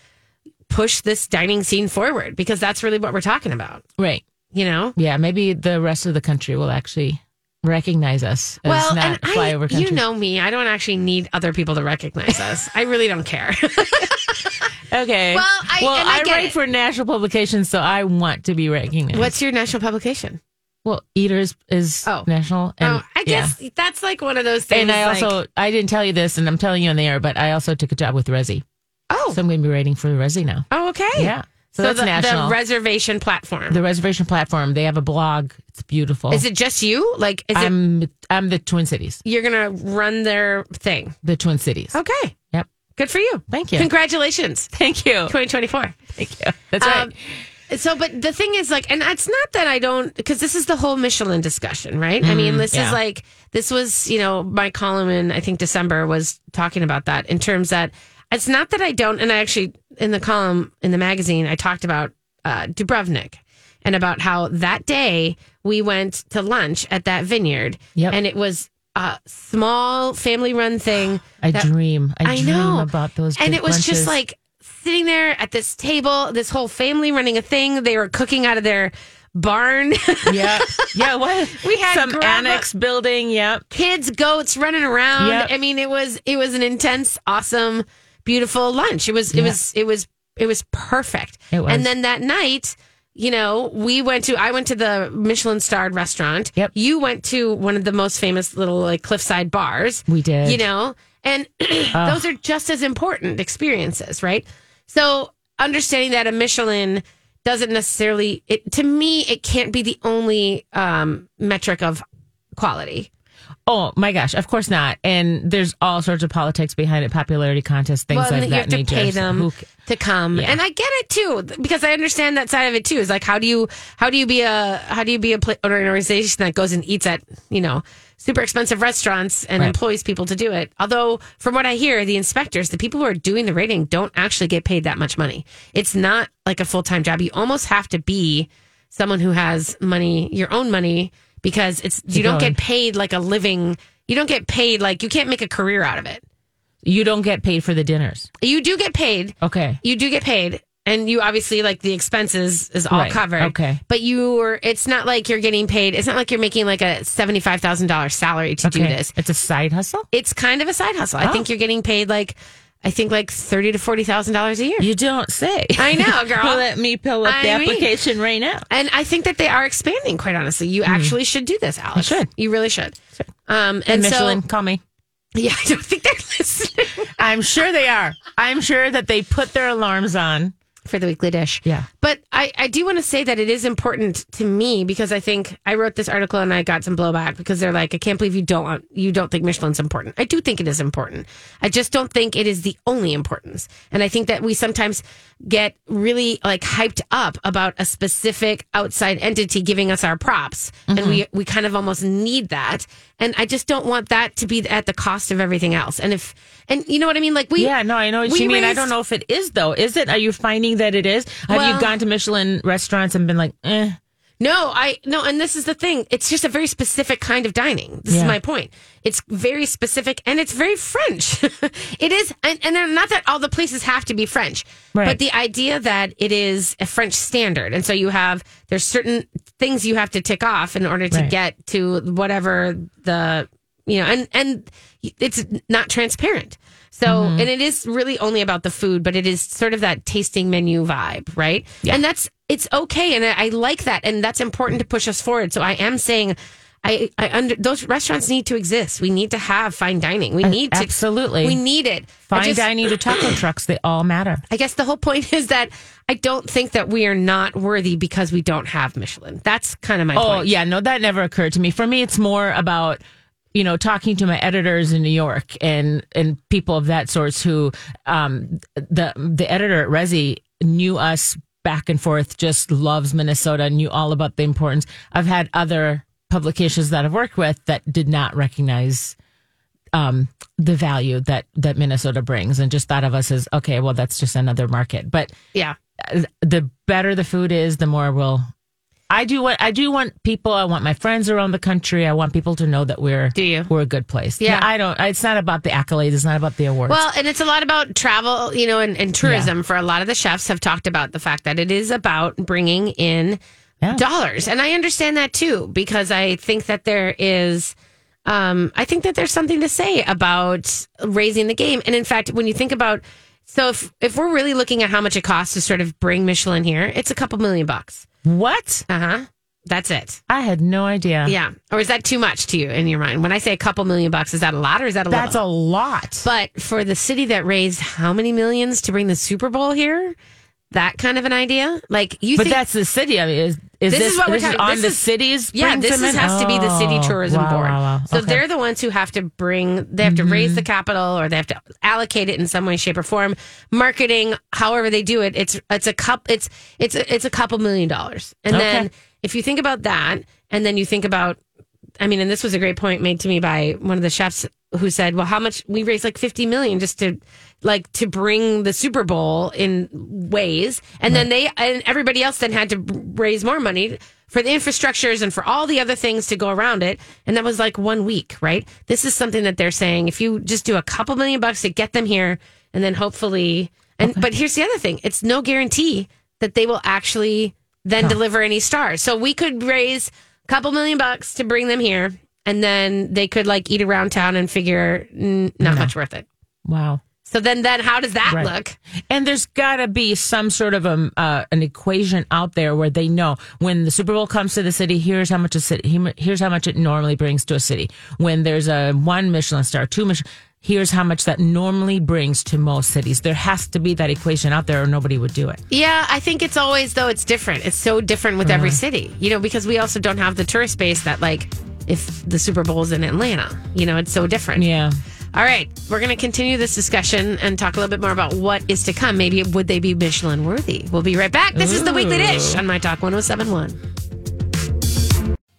[SPEAKER 2] push this dining scene forward because that's really what we're talking about.
[SPEAKER 3] right.
[SPEAKER 2] You know.
[SPEAKER 3] Yeah, maybe the rest of the country will actually recognize us as
[SPEAKER 2] well,
[SPEAKER 3] not
[SPEAKER 2] and
[SPEAKER 3] flyover
[SPEAKER 2] I,
[SPEAKER 3] country.
[SPEAKER 2] you know me. I don't actually need other people to recognize us. I really don't care.
[SPEAKER 3] (laughs) okay.
[SPEAKER 2] Well, I- and I get
[SPEAKER 3] write
[SPEAKER 2] it.
[SPEAKER 3] for national publications, so I want to be recognized.
[SPEAKER 2] What's your national publication?
[SPEAKER 3] well, Eaters is
[SPEAKER 2] Oh.
[SPEAKER 3] national,
[SPEAKER 2] oh,
[SPEAKER 3] and
[SPEAKER 2] I
[SPEAKER 3] yeah.
[SPEAKER 2] guess that's like one of those things.
[SPEAKER 3] And I
[SPEAKER 2] like-
[SPEAKER 3] also I didn't tell you this, and I'm telling you on the air, but I also took a job with Resi.
[SPEAKER 2] oh,
[SPEAKER 3] So I'm going to be writing for Resi now.
[SPEAKER 2] oh, okay,
[SPEAKER 3] Yeah. So,
[SPEAKER 2] So,
[SPEAKER 3] that's
[SPEAKER 2] the,
[SPEAKER 3] national.
[SPEAKER 2] the
[SPEAKER 3] The,
[SPEAKER 2] reservation platform.
[SPEAKER 3] reservation platform. They have a blog. It's beautiful.
[SPEAKER 2] is it just you? Like, is it
[SPEAKER 3] I'm I'm the Twin Cities.
[SPEAKER 2] you're gonna run their thing?
[SPEAKER 3] The Twin Cities.
[SPEAKER 2] Okay,
[SPEAKER 3] Yep.
[SPEAKER 2] good for you.
[SPEAKER 3] Thank you.
[SPEAKER 2] Congratulations,
[SPEAKER 3] Thank you.
[SPEAKER 2] 2024.
[SPEAKER 3] Thank you. That's right.
[SPEAKER 2] Um, so, but the thing is, like, and it's not that I don't, because this is the whole Michelin discussion, right? I mean, this
[SPEAKER 3] Mm, yeah.
[SPEAKER 2] is like, this was, you know, my column in, I think, December was talking about that in terms that it's not that I don't, and I actually, in the column in the magazine, I talked about uh, Dubrovnik and about how that day we went to lunch at that vineyard.
[SPEAKER 3] Yep.
[SPEAKER 2] And it was a small family run thing.
[SPEAKER 3] I
[SPEAKER 2] that-
[SPEAKER 3] dream. I,
[SPEAKER 2] I
[SPEAKER 3] dream
[SPEAKER 2] know.
[SPEAKER 3] about those.
[SPEAKER 2] and
[SPEAKER 3] big
[SPEAKER 2] it was
[SPEAKER 3] lunches.
[SPEAKER 2] just like sitting there at this table, this whole family running a thing. They were cooking out of their barn.
[SPEAKER 3] (laughs)
[SPEAKER 2] (laughs)
[SPEAKER 3] yeah, yeah. What
[SPEAKER 2] We had
[SPEAKER 3] some
[SPEAKER 2] grandma-
[SPEAKER 3] annex building. Yep.
[SPEAKER 2] Kids, goats running around.
[SPEAKER 3] Yep.
[SPEAKER 2] I mean, it was it was an intense, awesome, beautiful lunch. It was it was it was it was perfect.
[SPEAKER 3] It was.
[SPEAKER 2] And then that night, you know, we went to I went to the Michelin starred restaurant.
[SPEAKER 3] Yep.
[SPEAKER 2] You went to one of the most famous little like cliffside bars.
[SPEAKER 3] We did.
[SPEAKER 2] You know, and (clears throat) those are just as important experiences, right? So understanding that a Michelin doesn't necessarily it to me it can't be the only um metric of quality.
[SPEAKER 3] Oh my gosh, of course not. And there's all sorts of politics behind it, popularity contests, things
[SPEAKER 2] and
[SPEAKER 3] like
[SPEAKER 2] you
[SPEAKER 3] that.
[SPEAKER 2] have to
[SPEAKER 3] nature.
[SPEAKER 2] pay them
[SPEAKER 3] Who ca-
[SPEAKER 2] to come, and I get it too because I understand that side of it too. Is like how do you how do you be a how do you be a pla- an organization that goes and eats at you know super expensive restaurants and
[SPEAKER 3] Right.
[SPEAKER 2] employs people to do it? Although from what I hear, the inspectors, the people who are doing the rating, don't actually get paid that much money. It's not like a full time job. You almost have to be someone who has money, your own money, because it's you don't
[SPEAKER 3] going.
[SPEAKER 2] get paid like a living. You don't get paid like you can't make a career out of it.
[SPEAKER 3] you don't get paid for the dinners.
[SPEAKER 2] You do get paid,
[SPEAKER 3] Okay.
[SPEAKER 2] you do get paid and you obviously like the expenses is all
[SPEAKER 3] Right,
[SPEAKER 2] covered
[SPEAKER 3] okay.
[SPEAKER 2] but you're it's not like you're getting paid it's not like you're making like a $75000 salary to do
[SPEAKER 3] Okay.
[SPEAKER 2] this
[SPEAKER 3] It's a side hustle?
[SPEAKER 2] it's kind of a side hustle i
[SPEAKER 3] Oh.
[SPEAKER 2] think you're getting paid like i think like thirty to $40000 a year
[SPEAKER 3] You don't say.
[SPEAKER 2] (laughs) I
[SPEAKER 3] (laughs)
[SPEAKER 2] know, girl.
[SPEAKER 3] Well, Let me pull up the
[SPEAKER 2] I mean-
[SPEAKER 3] application right now.
[SPEAKER 2] and i think that they are expanding quite honestly you actually should do this alex
[SPEAKER 3] Mm. should.
[SPEAKER 2] you really should um and,
[SPEAKER 3] And Michelin,
[SPEAKER 2] so
[SPEAKER 3] call me.
[SPEAKER 2] (laughs) yeah i don't think they're (laughs) listening
[SPEAKER 3] I'm sure they are. I'm sure that they put their alarms on.
[SPEAKER 2] for the weekly dish.
[SPEAKER 3] Yeah.
[SPEAKER 2] But I, I do want to say that it is important to me because I think I wrote this article and I got some blowback because they're like, I can't believe you don't want, you don't think Michelin's important. I do think it is important. I just don't think it is the only importance. And I think that we sometimes get really like hyped up about a specific outside entity giving us our props. And we,
[SPEAKER 3] Mm-hmm.
[SPEAKER 2] we kind of almost need that. And I just don't want that to be at the cost of everything else. And if, and you know what I mean? Like we,
[SPEAKER 3] Yeah, no, I know what
[SPEAKER 2] we
[SPEAKER 3] you mean. I
[SPEAKER 2] raised-
[SPEAKER 3] don't know if it is though. Is it? Are you finding that it is? Have
[SPEAKER 2] Well-
[SPEAKER 3] you gone to Michelin restaurants and been like, eh?
[SPEAKER 2] No, I no, and this is the thing. It's just a very specific kind of dining. This is
[SPEAKER 3] Yeah.
[SPEAKER 2] my point. It's very specific and it's very French. (laughs) it is, and, and they're- not that all the places have to be French,
[SPEAKER 3] Right.
[SPEAKER 2] but the idea that it is a French standard, and so you have there's certain things you have to tick off in order to
[SPEAKER 3] Right.
[SPEAKER 2] get to whatever the you know, and and it's not transparent. So,
[SPEAKER 3] Mm-hmm.
[SPEAKER 2] and it is really only about the food, but it is sort of that tasting menu vibe, right? And that's it's okay, and I, I like that, and that's important to push us forward. So, I am saying, I, I under those restaurants need to exist. We need to have fine dining. We need to
[SPEAKER 3] absolutely.
[SPEAKER 2] We need it. I
[SPEAKER 3] Fine
[SPEAKER 2] just-
[SPEAKER 3] dining to taco trucks, they all matter.
[SPEAKER 2] I guess the whole point (laughs) is that I don't think that we are not worthy because we don't have Michelin. That's kind of my
[SPEAKER 3] Oh,
[SPEAKER 2] point.
[SPEAKER 3] yeah, no, that never occurred to me. For me, it's more about you know talking to my editors in New York and and people of that sorts who um, the the editor at Resi knew us back and forth, just loves Minnesota, knew all about the importance. I've had other publications that I've worked with that did not recognize um, the value that that Minnesota brings and just thought of us as okay, well, that's just another market, but
[SPEAKER 2] Yeah.
[SPEAKER 3] the better the food is, the more we'll. I do what I do want people. I want my friends around the country. I want people to know that we're
[SPEAKER 2] Do you?
[SPEAKER 3] we're a good place.
[SPEAKER 2] Yeah.
[SPEAKER 3] I don't. It's not about the accolades. It's not about the awards.
[SPEAKER 2] Well, and it's a lot about travel, you know, and, and tourism for a lot of the chefs have talked about the fact that it is about bringing in
[SPEAKER 3] Yeah.
[SPEAKER 2] dollars. And I understand that too, because I think that there is, um, I think that there's something to say about raising the game. And in fact, when you think about, so if, if we're really looking at how much it costs to sort of bring Michelin here, it's a couple million bucks.
[SPEAKER 3] what?
[SPEAKER 2] Uh huh. That's it.
[SPEAKER 3] I had no idea.
[SPEAKER 2] Yeah. Or is that too much to you in your mind? When I say a couple million bucks, is that a lot or is that a little?
[SPEAKER 3] that's a lot.
[SPEAKER 2] But for the city that raised how many millions to bring the Super Bowl here, that kind of an idea, like you
[SPEAKER 3] But
[SPEAKER 2] think,
[SPEAKER 3] that's the city. I mean, is, is
[SPEAKER 2] This
[SPEAKER 3] this,
[SPEAKER 2] is what we're talking-
[SPEAKER 3] on
[SPEAKER 2] this
[SPEAKER 3] the
[SPEAKER 2] is-
[SPEAKER 3] city's?
[SPEAKER 2] yeah,
[SPEAKER 3] brings
[SPEAKER 2] this
[SPEAKER 3] them
[SPEAKER 2] is,
[SPEAKER 3] in?
[SPEAKER 2] has to be the city
[SPEAKER 3] Oh,
[SPEAKER 2] tourism
[SPEAKER 3] wow,
[SPEAKER 2] board.
[SPEAKER 3] wow, wow.
[SPEAKER 2] So
[SPEAKER 3] Okay. Mm.
[SPEAKER 2] they're the ones who have to bring, they have to raise the capital or they have to allocate it in some way, shape, or form. Marketing, however they do it, it's it's a cup, it's it's a, it's a couple million dollars, and
[SPEAKER 3] Okay.
[SPEAKER 2] then if you think about that, and then you think about I mean, and this was a great point made to me by one of the chefs who said, "Well, how much we raised like fifty million just to like to bring the Super Bowl in ways, and then they and everybody else then had to b- raise more money for the infrastructures and for all the other things to go around it, and that was like one week, right? This is something that they're saying if you just do a couple million bucks to get them here, and then hopefully, and but here's the other thing: it's no guarantee that they will actually then deliver any stars. So we could raise a couple million bucks to bring them here, and then they could like eat around town and figure mm, not much worth it.
[SPEAKER 3] Wow.
[SPEAKER 2] So then, then how does that
[SPEAKER 3] Right.
[SPEAKER 2] look?
[SPEAKER 3] And there's got to be some sort of um uh, an equation out there where they know when the Super Bowl comes to the city, here's how much a city, here's how much it normally brings to a city. When there's a one Michelin star, two Michelin, here's how much that normally brings to most cities. There has to be that equation out there, or nobody would do it.
[SPEAKER 2] Yeah, I think it's always though it's different. It's so different with every
[SPEAKER 3] Mm-hmm.
[SPEAKER 2] city, you know, because we also don't have the tourist base that like if the Super Bowl's in Atlanta, you know, it's so different.
[SPEAKER 3] Yeah.
[SPEAKER 2] All right, we're going to continue this discussion and talk a little bit more about what is to come. Maybe would they be Michelin worthy? We'll be right back. This is the Weekly Dish on My Talk 1071.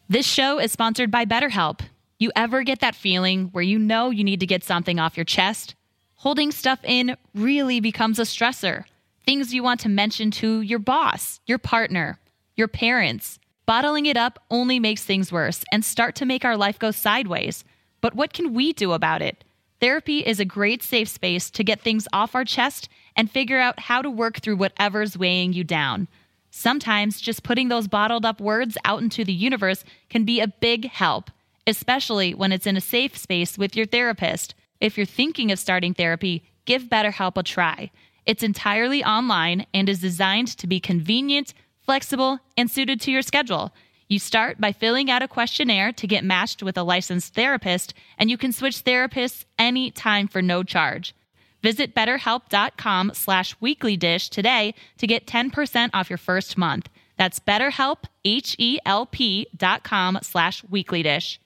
[SPEAKER 6] This show is sponsored by BetterHelp. You ever get that feeling where you know you need to get something off your chest? Holding stuff in really becomes a stressor. Things you want to mention to your boss, your partner, your parents. Bottling it up only makes things worse and start to make our life go sideways. But what can we do about it? Therapy is a great safe space to get things off our chest and figure out how to work through whatever's weighing you down. Sometimes just putting those bottled up words out into the universe can be a big help, especially when it's in a safe space with your therapist. If you're thinking of starting therapy, give BetterHelp a try. It's entirely online and is designed to be convenient, flexible, and suited to your schedule. You start by filling out a questionnaire to get matched with a licensed therapist, and you can switch therapists anytime for no charge. Visit betterhelp.com slash weeklydish today to get 10% off your first month. That's betterhelp, H-E-L-P dot com slash weeklydish.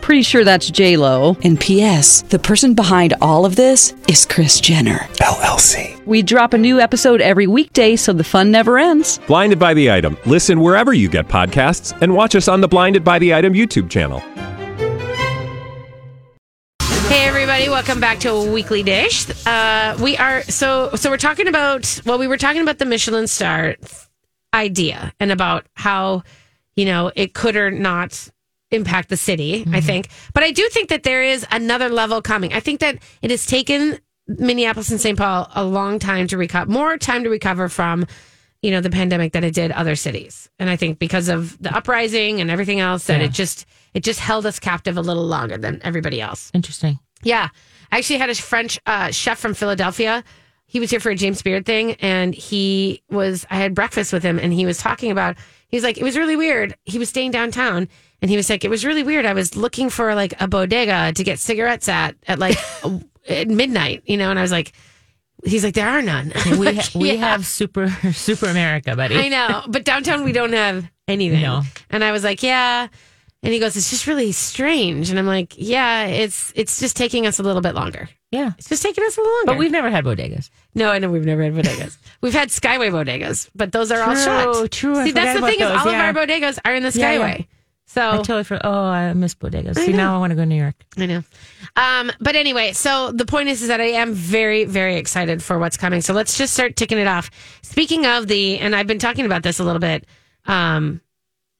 [SPEAKER 7] Pretty sure that's J Lo.
[SPEAKER 8] And P.S. The person behind all of this is Chris Jenner.
[SPEAKER 9] LLC.
[SPEAKER 7] We drop a new episode every weekday, so the fun never ends.
[SPEAKER 9] Blinded by the item. Listen wherever you get podcasts, and watch us on the Blinded by the Item YouTube channel.
[SPEAKER 2] Hey everybody, welcome back to a Weekly Dish. Uh, we are so so we're talking about well, we were talking about the Michelin star idea and about how you know it could or not impact the city i think but i do think that there is another level coming i think that it has taken minneapolis and st paul a long time to recover more time to recover from you know the pandemic than it did other cities and i think because of the uprising and everything else that it just it just held us captive a little longer than everybody else
[SPEAKER 3] (laughs) Interesting.
[SPEAKER 2] yeah. I actually had a French uh, chef from Philadelphia. He was here for a James Beard thing, and he was, I had breakfast with him, and he was talking about, he was like, it was really weird. He was staying downtown, and he was like, it was really weird. I was looking for like a bodega to get cigarettes at, at
[SPEAKER 3] (laughs)
[SPEAKER 2] like at midnight, you know, and I was like, he's like, there are none. (laughs) I'm
[SPEAKER 3] We,
[SPEAKER 2] like,
[SPEAKER 3] ha- we
[SPEAKER 2] "Yeah."
[SPEAKER 3] have super (laughs) super America, buddy.
[SPEAKER 2] I know, but downtown we don't have anything.
[SPEAKER 3] No.
[SPEAKER 2] And I was like, yeah. And he goes, it's just really strange. And I'm like, yeah, it's it's just taking us a little bit longer.
[SPEAKER 3] Yeah.
[SPEAKER 2] It's just taking us a little longer.
[SPEAKER 3] But we've never had bodegas.
[SPEAKER 2] no, I know we've never had bodegas. (laughs) we've had Skyway bodegas, but those are all
[SPEAKER 3] True,
[SPEAKER 2] shut.
[SPEAKER 3] true. I
[SPEAKER 2] See, that's
[SPEAKER 3] forgot
[SPEAKER 2] the thing
[SPEAKER 3] about
[SPEAKER 2] is, all
[SPEAKER 3] those, yeah.
[SPEAKER 2] of our bodegas are in the Skyway.
[SPEAKER 3] Yeah, yeah. I
[SPEAKER 2] So
[SPEAKER 3] totally forgot. Oh, I miss bodegas. See, now I want to go to New York.
[SPEAKER 2] I know. Um, but anyway, so the point is, is that I am very, very excited for what's coming. So let's just start ticking it off. Speaking of the, and I've been talking about this a little bit um,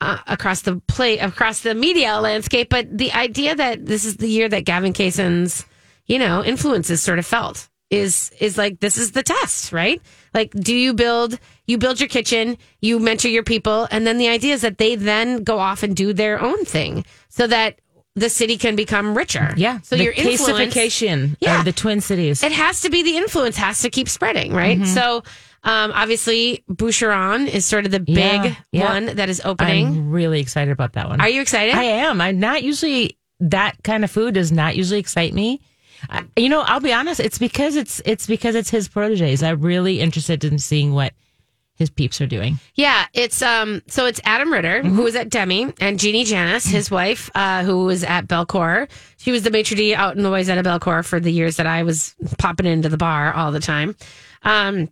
[SPEAKER 2] uh, across the play, across the media landscape, but the idea that this is the year that Gavin Kaysen's, you know, influence is sort of felt is is like this is the test, right? Like, do you build you build your kitchen, you mentor your people, and then the idea is that they then go off and do their own thing, so that the city can become richer.
[SPEAKER 3] Yeah.
[SPEAKER 2] So
[SPEAKER 3] the
[SPEAKER 2] your influence,
[SPEAKER 3] casification
[SPEAKER 2] Yeah.
[SPEAKER 3] of the Twin Cities.
[SPEAKER 2] it has to be the influence has to keep spreading, right?
[SPEAKER 3] Mm-hmm.
[SPEAKER 2] So. Um, obviously, Boucheron is sort of the big
[SPEAKER 3] Yeah, yeah.
[SPEAKER 2] one that is opening.
[SPEAKER 3] I'm really excited about that one.
[SPEAKER 2] Are you excited?
[SPEAKER 3] I am. I'm not usually that kind of food does not usually excite me. I, you know, I'll be honest. It's because it's it's because it's his proteges. I'm really interested in seeing what his peeps are doing.
[SPEAKER 2] yeah, it's um. So it's Adam Ritter who was at Demi and Jeannie Janis, his wife, uh, who was at Belcor. She was the maitre d' out in the ways at Belcor for the years that I was popping into the bar all the time. Um,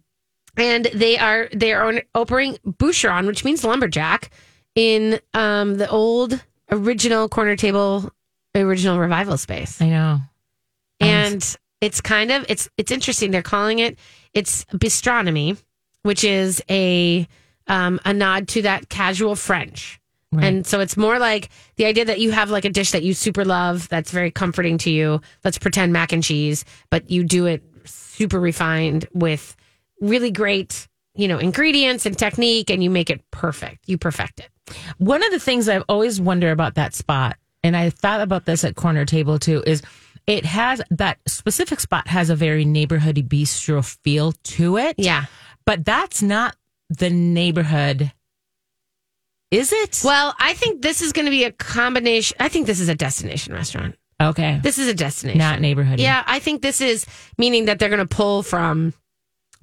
[SPEAKER 2] and they are they are on- opening Boucheron, which means lumberjack, in um the old original corner table, original revival space
[SPEAKER 3] I know.
[SPEAKER 2] and it's kind of it's it's interesting. They're calling it it's bistronomy, which is a um, a nod to that casual French And so it's more like the idea that you have like a dish that you super love that's very comforting to you. Let's pretend mac and cheese, but you do it super refined with really great, you know, ingredients and technique and you make it perfect. You perfect it.
[SPEAKER 3] One of the things I've always wondered about that spot, and I thought about this at corner table too, is it has that specific spot has a very neighborhoody bistro feel to it.
[SPEAKER 2] Yeah.
[SPEAKER 3] But that's not the neighborhood. Is it?
[SPEAKER 2] Well, I think this is going to be a combination. I think this is a destination restaurant.
[SPEAKER 3] okay.
[SPEAKER 2] This is a destination.
[SPEAKER 3] Not neighborhood.
[SPEAKER 2] Yeah, I think this is meaning that they're going to pull from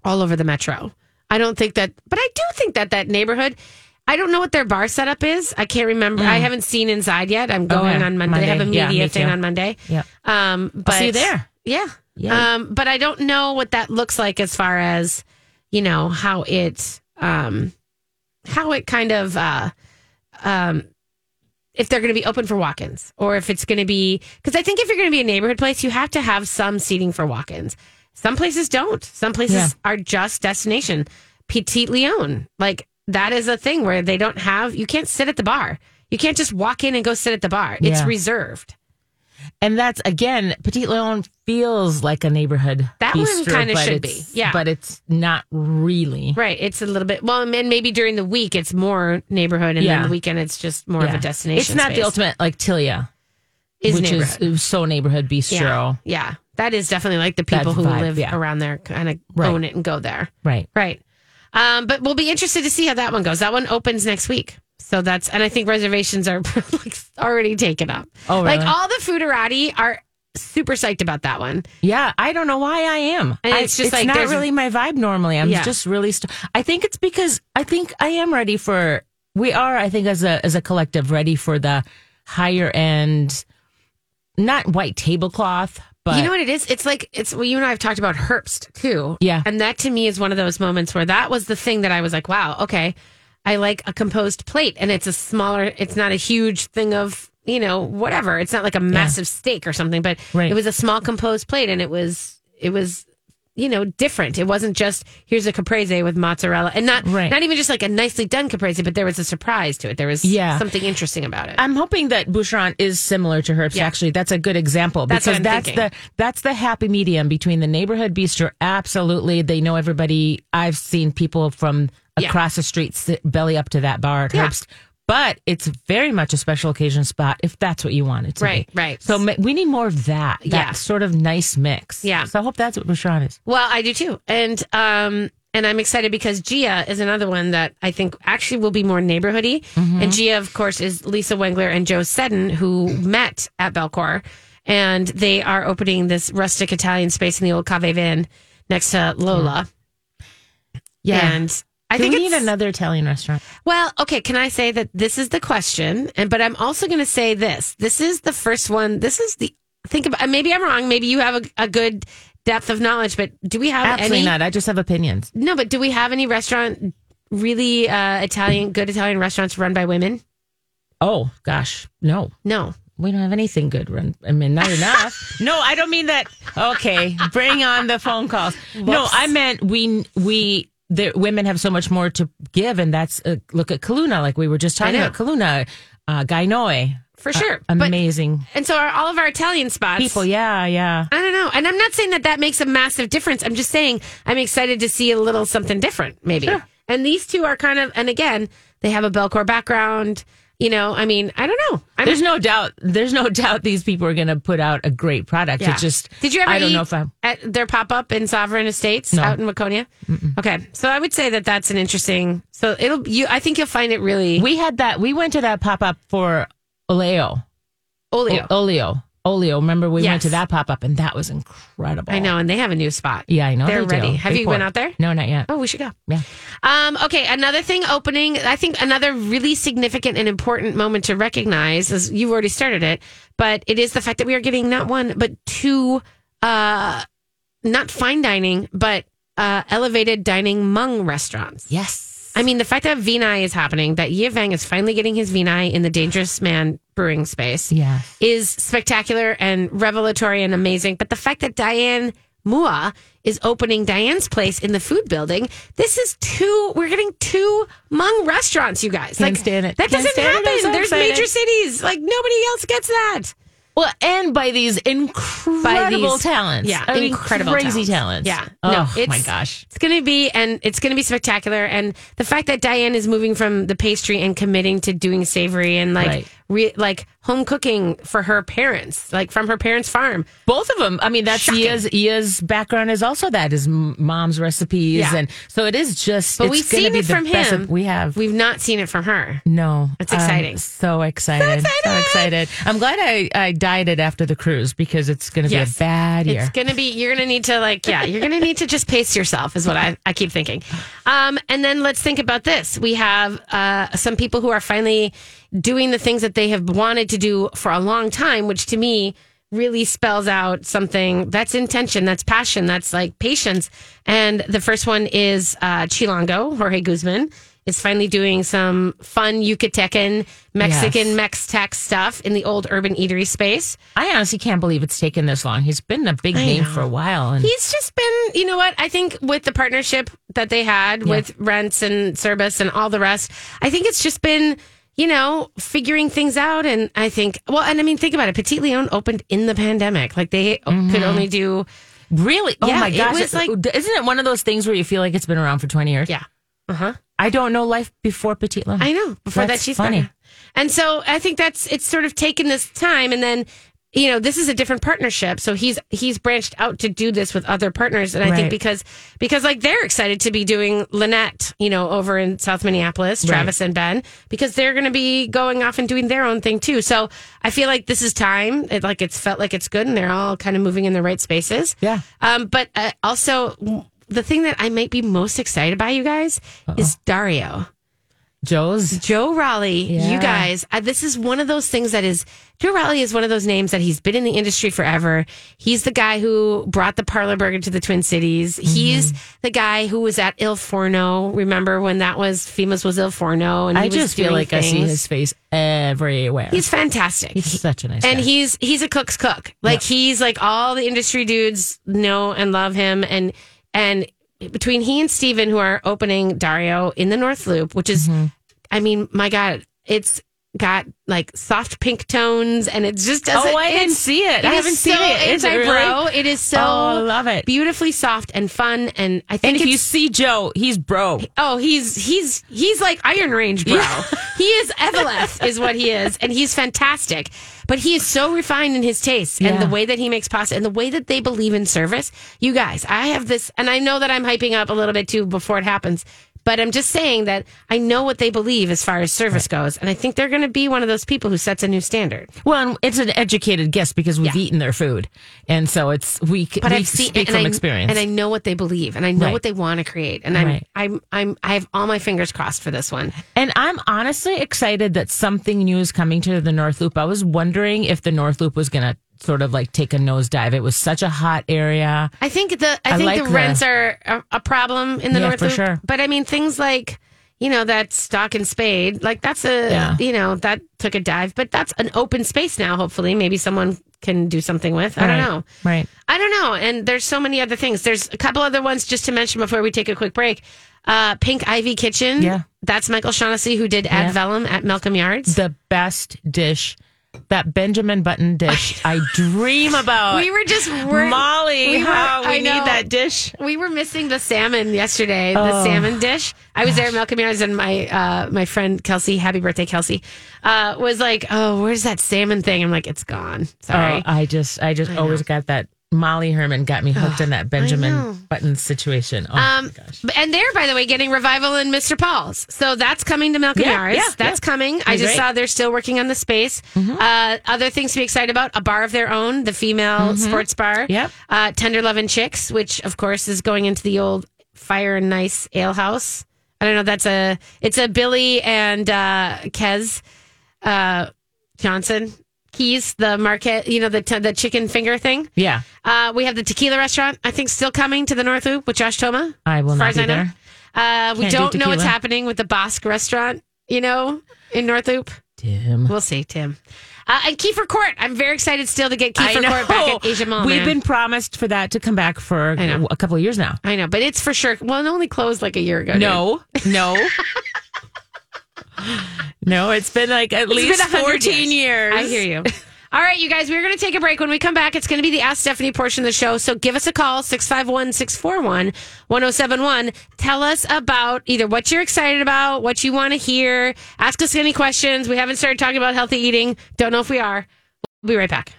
[SPEAKER 2] all over the metro. I don't think that, but I do think that that neighborhood. I don't know what their bar setup is. I can't remember. I haven't seen inside yet. I'm going
[SPEAKER 3] Mm. Okay.
[SPEAKER 2] on Monday. They have a
[SPEAKER 3] Monday. Yeah,
[SPEAKER 2] media
[SPEAKER 3] me
[SPEAKER 2] thing
[SPEAKER 3] too.
[SPEAKER 2] on Monday.
[SPEAKER 3] Yep.
[SPEAKER 2] Um, but
[SPEAKER 3] see you there.
[SPEAKER 2] Yeah.
[SPEAKER 3] Yay.
[SPEAKER 2] Um, but I don't know what that looks like as far as you know how it um, how it kind of uh, um, if they're going to be open for walk-ins or if it's going to be because I think if you're going to be a neighborhood place, you have to have some seating for walk-ins. Some places don't. Some places
[SPEAKER 3] Yeah.
[SPEAKER 2] are just destination. Petit Leon, like that is a thing where they don't have. You can't sit at the bar. You can't just walk in and go sit at the bar. It's
[SPEAKER 3] Yeah.
[SPEAKER 2] reserved.
[SPEAKER 3] And that's again, Petit Leon feels like a neighborhood.
[SPEAKER 2] That one
[SPEAKER 3] bistro,
[SPEAKER 2] kinda
[SPEAKER 3] but
[SPEAKER 2] should
[SPEAKER 3] it's-
[SPEAKER 2] be. Yeah.
[SPEAKER 3] But it's not really.
[SPEAKER 2] Right. It's a little bit well, and then maybe during the week it's more neighborhood, and
[SPEAKER 3] Yeah.
[SPEAKER 2] then the weekend it's just more of
[SPEAKER 3] Yeah.
[SPEAKER 2] a destination.
[SPEAKER 3] It's not
[SPEAKER 2] space.
[SPEAKER 3] the ultimate like Tilia,
[SPEAKER 2] Is
[SPEAKER 3] which
[SPEAKER 2] neighborhood.
[SPEAKER 3] is so neighborhood bistro.
[SPEAKER 2] yeah. yeah. That is definitely like the
[SPEAKER 3] That
[SPEAKER 2] people who
[SPEAKER 3] vibe,
[SPEAKER 2] live
[SPEAKER 3] yeah.
[SPEAKER 2] around there kind of
[SPEAKER 3] Right.
[SPEAKER 2] own it and go there.
[SPEAKER 3] Right.
[SPEAKER 2] Right. Um, but we'll be interested to see how that one goes. That one opens next week. So that's and I think reservations are (laughs) like already taken up.
[SPEAKER 3] Oh, really?
[SPEAKER 2] Like all the Fooderati are super psyched about that one.
[SPEAKER 3] Yeah, I don't know why I am.
[SPEAKER 2] And
[SPEAKER 3] I-
[SPEAKER 2] it's just like
[SPEAKER 3] not
[SPEAKER 2] there's-
[SPEAKER 3] really my vibe normally. I'm
[SPEAKER 2] Yeah.
[SPEAKER 3] just really. St- I think it's because I think I am ready for. We are, I think, as a as a collective, ready for the higher end, not white tablecloth, but
[SPEAKER 2] you know what it is? It's like it's well, you and I have talked about Herbst too.
[SPEAKER 3] Yeah.
[SPEAKER 2] And that to me is one of those moments where that was the thing that I was like, wow, okay. I like a composed plate and it's a smaller it's not a huge thing of, you know, whatever. It's not like a massive steak or something, but
[SPEAKER 3] Right.
[SPEAKER 2] it was a small composed plate and it was it was you know, different. It wasn't just here's a caprese with mozzarella, and not
[SPEAKER 3] Right.
[SPEAKER 2] not even just like a nicely done caprese, but there was a surprise to it. There was
[SPEAKER 3] Yeah.
[SPEAKER 2] something interesting about it.
[SPEAKER 3] I'm hoping that Boucheron is similar to Herbst.
[SPEAKER 2] Yeah.
[SPEAKER 3] Actually, that's a good example
[SPEAKER 2] That's what
[SPEAKER 3] because
[SPEAKER 2] I'm
[SPEAKER 3] that's
[SPEAKER 2] thinking.
[SPEAKER 3] the that's the happy medium between the neighborhood bistro. Absolutely, they know everybody. I've seen people from
[SPEAKER 2] Yeah.
[SPEAKER 3] across the street sit belly up to that bar at
[SPEAKER 2] Yeah.
[SPEAKER 3] Herbst. But it's very much a special occasion spot if that's what you want it to
[SPEAKER 2] Right,
[SPEAKER 3] be.
[SPEAKER 2] right.
[SPEAKER 3] So ma- we need more of that. That
[SPEAKER 2] Yeah.
[SPEAKER 3] sort of nice mix.
[SPEAKER 2] Yeah.
[SPEAKER 3] So I hope that's what Boucheron is.
[SPEAKER 2] Well, I do too, and um, and I'm excited because Gia is another one that I think actually will be more neighborhoody.
[SPEAKER 3] Mm-hmm.
[SPEAKER 2] And Gia, of course, is Lisa Wengler and Joe Seddon, who
[SPEAKER 3] Mm-hmm.
[SPEAKER 2] met at Belcor, and they are opening this rustic Italian space in the old Cave Vin next to Lola. and I
[SPEAKER 3] I think
[SPEAKER 2] think
[SPEAKER 3] Mm. we need
[SPEAKER 2] it's-
[SPEAKER 3] another Italian restaurant.
[SPEAKER 2] well, okay, can I say that this is the question? And but I'm also going to say this. This is the first one. This is the think about maybe I'm wrong, maybe you have a, a good depth of knowledge, but do we have
[SPEAKER 3] Absolutely
[SPEAKER 2] Oh, any
[SPEAKER 3] not. I just have opinions.
[SPEAKER 2] No, but do we have any restaurant really uh Italian good Italian restaurants run by women?
[SPEAKER 3] Oh gosh, no.
[SPEAKER 2] No.
[SPEAKER 3] we don't have anything good run. I mean, not
[SPEAKER 2] (laughs)
[SPEAKER 3] enough. no, I don't mean that. Okay, bring on the phone calls. No, I meant we we the women have so much more to give, and that's uh, look at Kaluna, like we were just talking
[SPEAKER 2] I know.
[SPEAKER 3] about Kaluna, uh, Gainoi,
[SPEAKER 2] For sure. But-
[SPEAKER 3] amazing
[SPEAKER 2] and so are all of our Italian spots.
[SPEAKER 3] Uh, people. Yeah, yeah.
[SPEAKER 2] I don't know. And I'm not saying that that makes a massive difference. I'm just saying I'm excited to see a little something different, maybe. And these two are kind of, and again, they have a Belcor background. You know, I mean, I don't know. I'm
[SPEAKER 3] There's no doubt. There's no doubt these people are going to put out a great product.
[SPEAKER 2] Yeah.
[SPEAKER 3] It's just.
[SPEAKER 2] did you ever
[SPEAKER 3] I don't
[SPEAKER 2] eat
[SPEAKER 3] know if I'm.
[SPEAKER 2] at their pop up in Sovereign Estates out in Waconia? Okay, so I would say that that's an interesting. So it'll you. I think you'll find it really
[SPEAKER 3] We had that. We went to that pop up for Oleo.
[SPEAKER 2] oleo.
[SPEAKER 3] O- Oleo. Oleo. Remember we
[SPEAKER 2] Yes.
[SPEAKER 3] went to that pop up, and that was incredible.
[SPEAKER 2] I know, and they have a new spot.
[SPEAKER 3] Yeah, I know.
[SPEAKER 2] They're
[SPEAKER 3] they do.
[SPEAKER 2] ready. Have
[SPEAKER 3] They
[SPEAKER 2] you been
[SPEAKER 3] pour.
[SPEAKER 2] out there?
[SPEAKER 3] No, not yet.
[SPEAKER 2] Oh, we should go.
[SPEAKER 3] Yeah.
[SPEAKER 2] Um, okay, another thing opening. I think another really significant and important moment to recognize is you've already started it, but it is the fact that we are getting not one but two, uh, not fine dining, but uh, elevated dining Hmong restaurants.
[SPEAKER 3] Yes.
[SPEAKER 2] I mean, the fact that Vinay is happening, that Ye Vang is finally getting his Vinay in the Dangerous Man brewing space
[SPEAKER 3] Yeah.
[SPEAKER 2] is spectacular and revelatory and amazing. But the fact that Diane Mua is opening Diane's place in the food building. This is two, we're getting two Hmong restaurants, you guys.
[SPEAKER 3] Can't
[SPEAKER 2] like,
[SPEAKER 3] stand it.
[SPEAKER 2] That
[SPEAKER 3] Can't
[SPEAKER 2] doesn't
[SPEAKER 3] stand it. I'm
[SPEAKER 2] happen.
[SPEAKER 3] so
[SPEAKER 2] There's
[SPEAKER 3] excited.
[SPEAKER 2] major cities. Like, nobody else gets that.
[SPEAKER 3] Well, and by these incredible
[SPEAKER 2] these-
[SPEAKER 3] talents.
[SPEAKER 2] yeah,
[SPEAKER 3] I mean,
[SPEAKER 2] incredible
[SPEAKER 3] crazy
[SPEAKER 2] talents.
[SPEAKER 3] talents.
[SPEAKER 2] Yeah.
[SPEAKER 3] Oh
[SPEAKER 2] No,
[SPEAKER 3] my
[SPEAKER 2] it's-
[SPEAKER 3] gosh.
[SPEAKER 2] It's going to be, and it's going to be spectacular. And the fact that Diane is moving from the pastry and committing to doing savory and like,
[SPEAKER 3] Right.
[SPEAKER 2] re, like home cooking for her parents, like from her parents' farm.
[SPEAKER 3] Both of them. I mean, that's
[SPEAKER 2] Shocking.
[SPEAKER 3] Ia's. Ia's background is also that is m- mom's recipes,
[SPEAKER 2] Yeah.
[SPEAKER 3] and so it is just.
[SPEAKER 2] But
[SPEAKER 3] it's
[SPEAKER 2] we've
[SPEAKER 3] gonna
[SPEAKER 2] seen
[SPEAKER 3] be
[SPEAKER 2] it
[SPEAKER 3] the
[SPEAKER 2] from
[SPEAKER 3] best
[SPEAKER 2] him.
[SPEAKER 3] of- we have.
[SPEAKER 2] We've not seen it from her.
[SPEAKER 3] No,
[SPEAKER 2] It's
[SPEAKER 3] I'm
[SPEAKER 2] exciting.
[SPEAKER 3] so excited! So excited! I'm glad I, I dieted after the cruise because it's going to be
[SPEAKER 2] Yes.
[SPEAKER 3] a bad year.
[SPEAKER 2] It's gonna be. You're gonna need to like. Yeah, you're gonna need to just pace yourself. Is what I, I keep thinking. Um, and then let's think about this. We have uh, some people who are finally doing the things that they have wanted to do for a long time, which to me really spells out something that's intention, that's passion, that's like patience. And the first one is uh, Chilango Jorge Guzman. Is finally doing some fun Yucatecan Mexican Mex Tex stuff in the old urban eatery space.
[SPEAKER 3] I honestly can't believe it's taken this long. He's been a big name
[SPEAKER 2] know.
[SPEAKER 3] for a while, and
[SPEAKER 2] He's just been, you know what? I think with the partnership that they had with Rents and Service and all the rest, I think it's just been, you know, figuring things out. And I think, well, and I mean, think about it. Petit Leon opened in the pandemic. Like they o- could only do,
[SPEAKER 3] really, oh
[SPEAKER 2] Yeah,
[SPEAKER 3] my
[SPEAKER 2] it
[SPEAKER 3] gosh,
[SPEAKER 2] was like-
[SPEAKER 3] isn't it one of those things where you feel like it's been around for 20 years?
[SPEAKER 2] yeah. Uh huh.
[SPEAKER 3] I don't know life before Petit Lung.
[SPEAKER 2] I know. Before
[SPEAKER 3] That's
[SPEAKER 2] that, she's
[SPEAKER 3] funny.
[SPEAKER 2] better. And so I think that's it's sort of taken this time, and then you know this is a different partnership. So he's he's branched out to do this with other partners, and I think
[SPEAKER 3] Right.
[SPEAKER 2] because because like they're excited to be doing Lynette, you know, over in South Minneapolis, Travis and Ben, because they're going to be going off and doing their own thing too. So I feel like this is time. It like it's felt like it's good, and they're all kind of moving in the right spaces.
[SPEAKER 3] Yeah.
[SPEAKER 2] Um, but uh, also. The thing that I might be most excited by, you guys, is Dario.
[SPEAKER 3] Joe's.
[SPEAKER 2] Joe Raleigh, you
[SPEAKER 3] Yeah.
[SPEAKER 2] guys, uh, this is one of those things that is Joe Raleigh is one of those names that he's been in the industry forever. He's the guy who brought the parlor burger to the Twin Cities.
[SPEAKER 3] Mm-hmm.
[SPEAKER 2] He's the guy who was at Il Forno. Remember when that was FEMA's was Il Forno? And he
[SPEAKER 3] I
[SPEAKER 2] was
[SPEAKER 3] just feel
[SPEAKER 2] doing
[SPEAKER 3] like I see
[SPEAKER 2] things.
[SPEAKER 3] his face everywhere.
[SPEAKER 2] He's fantastic.
[SPEAKER 3] He's such a nice
[SPEAKER 2] and
[SPEAKER 3] guy.
[SPEAKER 2] he's he's a cook's cook. Like he's like all the industry dudes know and love him. And and between he and Steven, who are opening Dario in the North Loop, which is,
[SPEAKER 3] Mm-hmm.
[SPEAKER 2] I mean, my God, it's got like soft pink tones, and it just doesn't.
[SPEAKER 3] Oh, I didn't
[SPEAKER 2] it's-
[SPEAKER 3] see it. I
[SPEAKER 2] is
[SPEAKER 3] haven't seen
[SPEAKER 2] so
[SPEAKER 3] it. Is it really?
[SPEAKER 2] anti-bro. It is so.
[SPEAKER 3] Oh, I love it.
[SPEAKER 2] Beautifully soft and fun, and I think
[SPEAKER 3] and if
[SPEAKER 2] it's,
[SPEAKER 3] you see Joe, he's bro.
[SPEAKER 2] Oh, he's he's he's like Iron Range, bro. (laughs) he is Eveleth, is what he is, and he's fantastic. But he is so refined in his tastes and
[SPEAKER 3] Yeah.
[SPEAKER 2] the way that he makes pasta and the way that they believe in service. You guys, I have this, and I know that I'm hyping up a little bit too before it happens. But I'm just saying that I know what they believe as far as service goes, and I think they're going to be one of those people who sets a new standard.
[SPEAKER 3] Well, and it's an educated guess because we've eaten their food, and so it's we. c-
[SPEAKER 2] But
[SPEAKER 3] we
[SPEAKER 2] I've seen
[SPEAKER 3] speak
[SPEAKER 2] and
[SPEAKER 3] from
[SPEAKER 2] I,
[SPEAKER 3] experience.
[SPEAKER 2] and I know what they believe, and I know
[SPEAKER 3] Right.
[SPEAKER 2] what they want to create, and
[SPEAKER 3] Right.
[SPEAKER 2] I'm I'm I'm I have all my fingers crossed for this one.
[SPEAKER 3] And I'm honestly excited that something new is coming to the North Loop. I was wondering if the North Loop was going to sort of like take a nosedive. It was such a hot area.
[SPEAKER 2] I think the I,
[SPEAKER 3] I
[SPEAKER 2] think
[SPEAKER 3] like
[SPEAKER 2] the
[SPEAKER 3] the-
[SPEAKER 2] rents are a, a problem in the
[SPEAKER 3] Yeah,
[SPEAKER 2] North
[SPEAKER 3] for
[SPEAKER 2] Loop.
[SPEAKER 3] sure.
[SPEAKER 2] But I mean things like you know that stock and spade, like that's a
[SPEAKER 3] Yeah.
[SPEAKER 2] you know that took a dive, but that's an open space now. Hopefully, maybe someone can do something with. I don't
[SPEAKER 3] Right,
[SPEAKER 2] know.
[SPEAKER 3] Right.
[SPEAKER 2] I don't know. And there's so many other things. There's a couple other ones just to mention before we take a quick break. Uh, Pink Ivy Kitchen.
[SPEAKER 3] Yeah.
[SPEAKER 2] That's Michael Shaughnessy who did Ad
[SPEAKER 3] Yeah.
[SPEAKER 2] Vellum at Malcolm Yards.
[SPEAKER 3] The best dish, that Benjamin Button (laughs) dish I dream about.
[SPEAKER 2] we were just wor-
[SPEAKER 3] Molly,
[SPEAKER 2] we were-
[SPEAKER 3] how we
[SPEAKER 2] I
[SPEAKER 3] need
[SPEAKER 2] know.
[SPEAKER 3] that dish.
[SPEAKER 2] We were missing the salmon yesterday, the
[SPEAKER 3] Oh.
[SPEAKER 2] salmon dish. I was there at Malcolm Yards and my uh, my friend Kelsey, happy birthday, Kelsey, uh, was like, Oh, where's that salmon thing? I'm like, It's gone. Sorry.
[SPEAKER 3] Oh, I just, I just always got that. Molly Herman got me hooked on that
[SPEAKER 2] know.
[SPEAKER 3] Benjamin Button situation. Oh my
[SPEAKER 2] um,
[SPEAKER 3] gosh.
[SPEAKER 2] and they're, by the way, getting revival in Mr. Paul's. So that's coming to Malcolm
[SPEAKER 3] Yeah,
[SPEAKER 2] Yards.
[SPEAKER 3] yeah,
[SPEAKER 2] that's
[SPEAKER 3] yeah.
[SPEAKER 2] coming. I just
[SPEAKER 3] Be great. Mm-hmm.
[SPEAKER 2] saw they're still working on the space. Uh, other things to be excited about a bar of their own, the female sports bar.
[SPEAKER 3] Mm-hmm. Yep.
[SPEAKER 2] Uh, Tender Love and Chicks, which, of course, is going into the old Fire and Nice Ale House. I don't know. That's a, it's a Billy and uh, Kez uh, Johnson. Keys, the market, you know, the, t- the chicken finger thing.
[SPEAKER 3] Yeah,
[SPEAKER 2] Uh, we have the tequila restaurant, I think, still coming to the North Loop with Josh Toma.
[SPEAKER 3] I will
[SPEAKER 2] As far
[SPEAKER 3] not
[SPEAKER 2] as
[SPEAKER 3] be
[SPEAKER 2] I know.
[SPEAKER 3] there.
[SPEAKER 2] Uh, we
[SPEAKER 3] Can't do
[SPEAKER 2] don't know what's
[SPEAKER 3] tequila.
[SPEAKER 2] happening with the Bosque restaurant, you know, in North Loop.
[SPEAKER 3] Tim.
[SPEAKER 2] We'll see, Tim. Uh, and Kiefer Court. I'm very excited still to get Kiefer Court back at Asia Mall.
[SPEAKER 3] We've
[SPEAKER 2] man.
[SPEAKER 3] been promised for that to come back for
[SPEAKER 2] I know.
[SPEAKER 3] a couple of years now.
[SPEAKER 2] I know, but it's for sure. Well, it only closed like a year ago. dude.
[SPEAKER 3] No,
[SPEAKER 2] (laughs)
[SPEAKER 3] no. no, it's been like at
[SPEAKER 2] It's been
[SPEAKER 3] least
[SPEAKER 2] 100
[SPEAKER 3] 14 years.
[SPEAKER 2] I hear you. All right, you guys, we're going to take a break. When we come back, it's going to be the Ask Stephanie portion of the show. So give us a call, 651 641 1071. Tell us about either what you're excited about, what you want to hear. Ask us any questions. We haven't started talking about healthy eating. Don't know if we are. We'll be right back.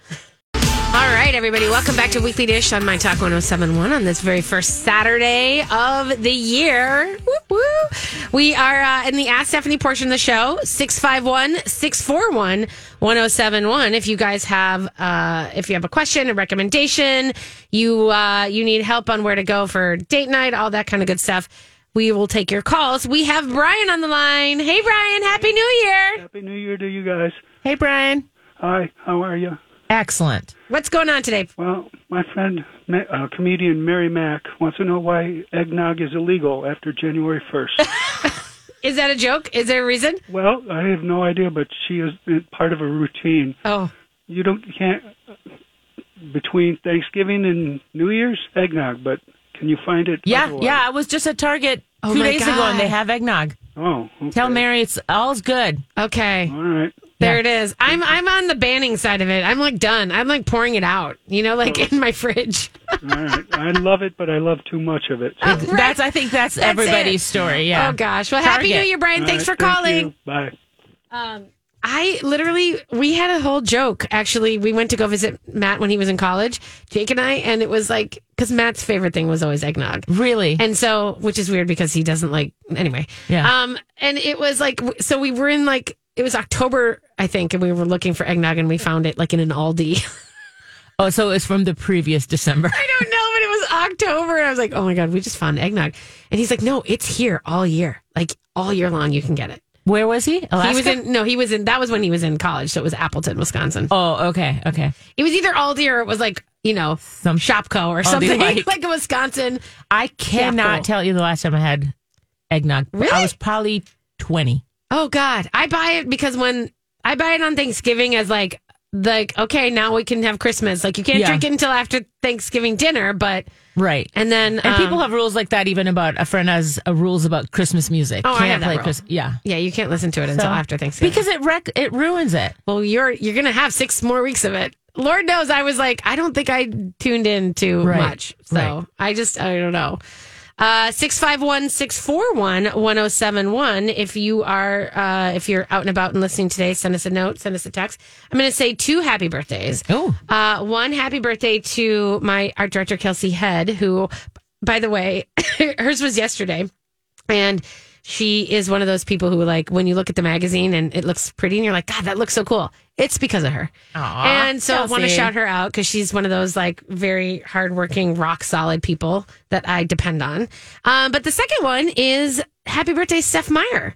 [SPEAKER 2] All right, everybody, welcome back to Weekly Dish on My Talk 1071 on this very first Saturday of the year. Whoop, whoop. We are uh, in the Ask Stephanie portion of the show, 651 641 1071. If you guys have, uh, if you have a question, a recommendation, you, uh, you need help on where to go for date night, all that kind of good stuff, we will take your calls. We have Brian on the line. Hey, Brian, Happy New Year.
[SPEAKER 10] Happy New Year to you guys.
[SPEAKER 3] Hey, Brian.
[SPEAKER 10] Hi, how are you?
[SPEAKER 3] Excellent.
[SPEAKER 2] What's going on today?
[SPEAKER 10] Well, my friend, ma- uh, comedian Mary Mack, wants to know why eggnog is illegal after January 1st.
[SPEAKER 2] Is that a joke? Is there a reason?
[SPEAKER 10] well, I have no idea, but she is it- part of a routine.
[SPEAKER 2] Oh.
[SPEAKER 10] You don't you can't between Thanksgiving and New Year's eggnog, but can you find it?
[SPEAKER 3] Yeah,
[SPEAKER 10] otherwise?
[SPEAKER 3] yeah. I was just at Target
[SPEAKER 2] Oh
[SPEAKER 3] two
[SPEAKER 2] my
[SPEAKER 3] days ago and
[SPEAKER 2] God.
[SPEAKER 3] they have eggnog.
[SPEAKER 10] Oh, okay.
[SPEAKER 3] Tell Mary it's all's good.
[SPEAKER 2] Okay.
[SPEAKER 10] All right.
[SPEAKER 2] There it is. I'm I'm on the banning side of it. I'm like done. I'm like pouring it out. You know, like in my
[SPEAKER 10] (laughs)
[SPEAKER 2] fridge.
[SPEAKER 10] All right. I love it, but I love too much of it.
[SPEAKER 2] (laughs)
[SPEAKER 10] So,
[SPEAKER 3] That's I think that's, everybody's
[SPEAKER 2] it.
[SPEAKER 3] story. Yeah.
[SPEAKER 2] Oh gosh. Well, happy New
[SPEAKER 3] Target.
[SPEAKER 2] Year, Brian.
[SPEAKER 10] all
[SPEAKER 2] Thanks for
[SPEAKER 10] right, thank
[SPEAKER 2] calling.
[SPEAKER 10] you. Bye.
[SPEAKER 2] I literally we had a whole joke. Actually, we went to go visit Matt when he was in college. Jake and I, and it was like because Matt's favorite thing was always eggnog.
[SPEAKER 3] Really?
[SPEAKER 2] And so, which is weird because he doesn't like anyway.
[SPEAKER 3] Yeah.
[SPEAKER 2] Um, and it was like w- so we were in like it was October I think, and we were looking for eggnog, and we found it like in an Aldi. (laughs)
[SPEAKER 3] oh, so it's from the previous December.
[SPEAKER 2] I don't know, but it was October. And I was like, oh my God, we just found eggnog. And he's like, no, it's here all year. Like all year long, you can get it.
[SPEAKER 3] Where was he? Alaska.
[SPEAKER 2] He was in, no, he was in, that was when he was in college. So it was Appleton, Wisconsin.
[SPEAKER 3] oh, okay, okay.
[SPEAKER 2] It was either Aldi or it was like, you know,
[SPEAKER 3] Some
[SPEAKER 2] Shopco or something (laughs) like,
[SPEAKER 3] like-
[SPEAKER 2] a Wisconsin.
[SPEAKER 3] I cannot
[SPEAKER 2] cool.
[SPEAKER 3] tell you the last time I had eggnog.
[SPEAKER 2] Really?
[SPEAKER 3] I was probably twenty.
[SPEAKER 2] Oh God. I buy it because when I buy it on Thanksgiving as like, like, okay, now we can have Christmas. Like you can't
[SPEAKER 3] Yeah.
[SPEAKER 2] drink it until after Thanksgiving dinner, but,
[SPEAKER 3] Right.
[SPEAKER 2] and then,
[SPEAKER 3] And
[SPEAKER 2] um,
[SPEAKER 3] people have rules like that. Even about a friend has uh, rules about Christmas music.
[SPEAKER 2] Oh, I have that
[SPEAKER 3] play
[SPEAKER 2] rule.
[SPEAKER 3] Chris- Yeah,
[SPEAKER 2] yeah, you can't listen to it until
[SPEAKER 3] So-
[SPEAKER 2] after Thanksgiving.
[SPEAKER 3] because it wreck it ruins it.
[SPEAKER 2] well you're you're gonna have six more weeks of it lord knows i was like i don't think i tuned in too
[SPEAKER 3] Right,
[SPEAKER 2] much so
[SPEAKER 3] right.
[SPEAKER 2] i just i don't know uh 651-641-1071 if you are uh if you're out and about and listening today send us a note send us a text i'm gonna say two happy birthdays
[SPEAKER 3] Oh,
[SPEAKER 2] uh, one happy birthday to my art director Kelsey Head, who, by the way, (coughs) hers was yesterday, and she is one of those people who like when you look at the magazine and it looks pretty and you're like, God, that looks so cool. It's because of her,
[SPEAKER 3] Aw,
[SPEAKER 2] and so I want to
[SPEAKER 3] Kelsey.
[SPEAKER 2] shout her out because she's one of those like very hardworking, rock solid people that I depend on. Um, but the second one is happy birthday, Steph Meyer.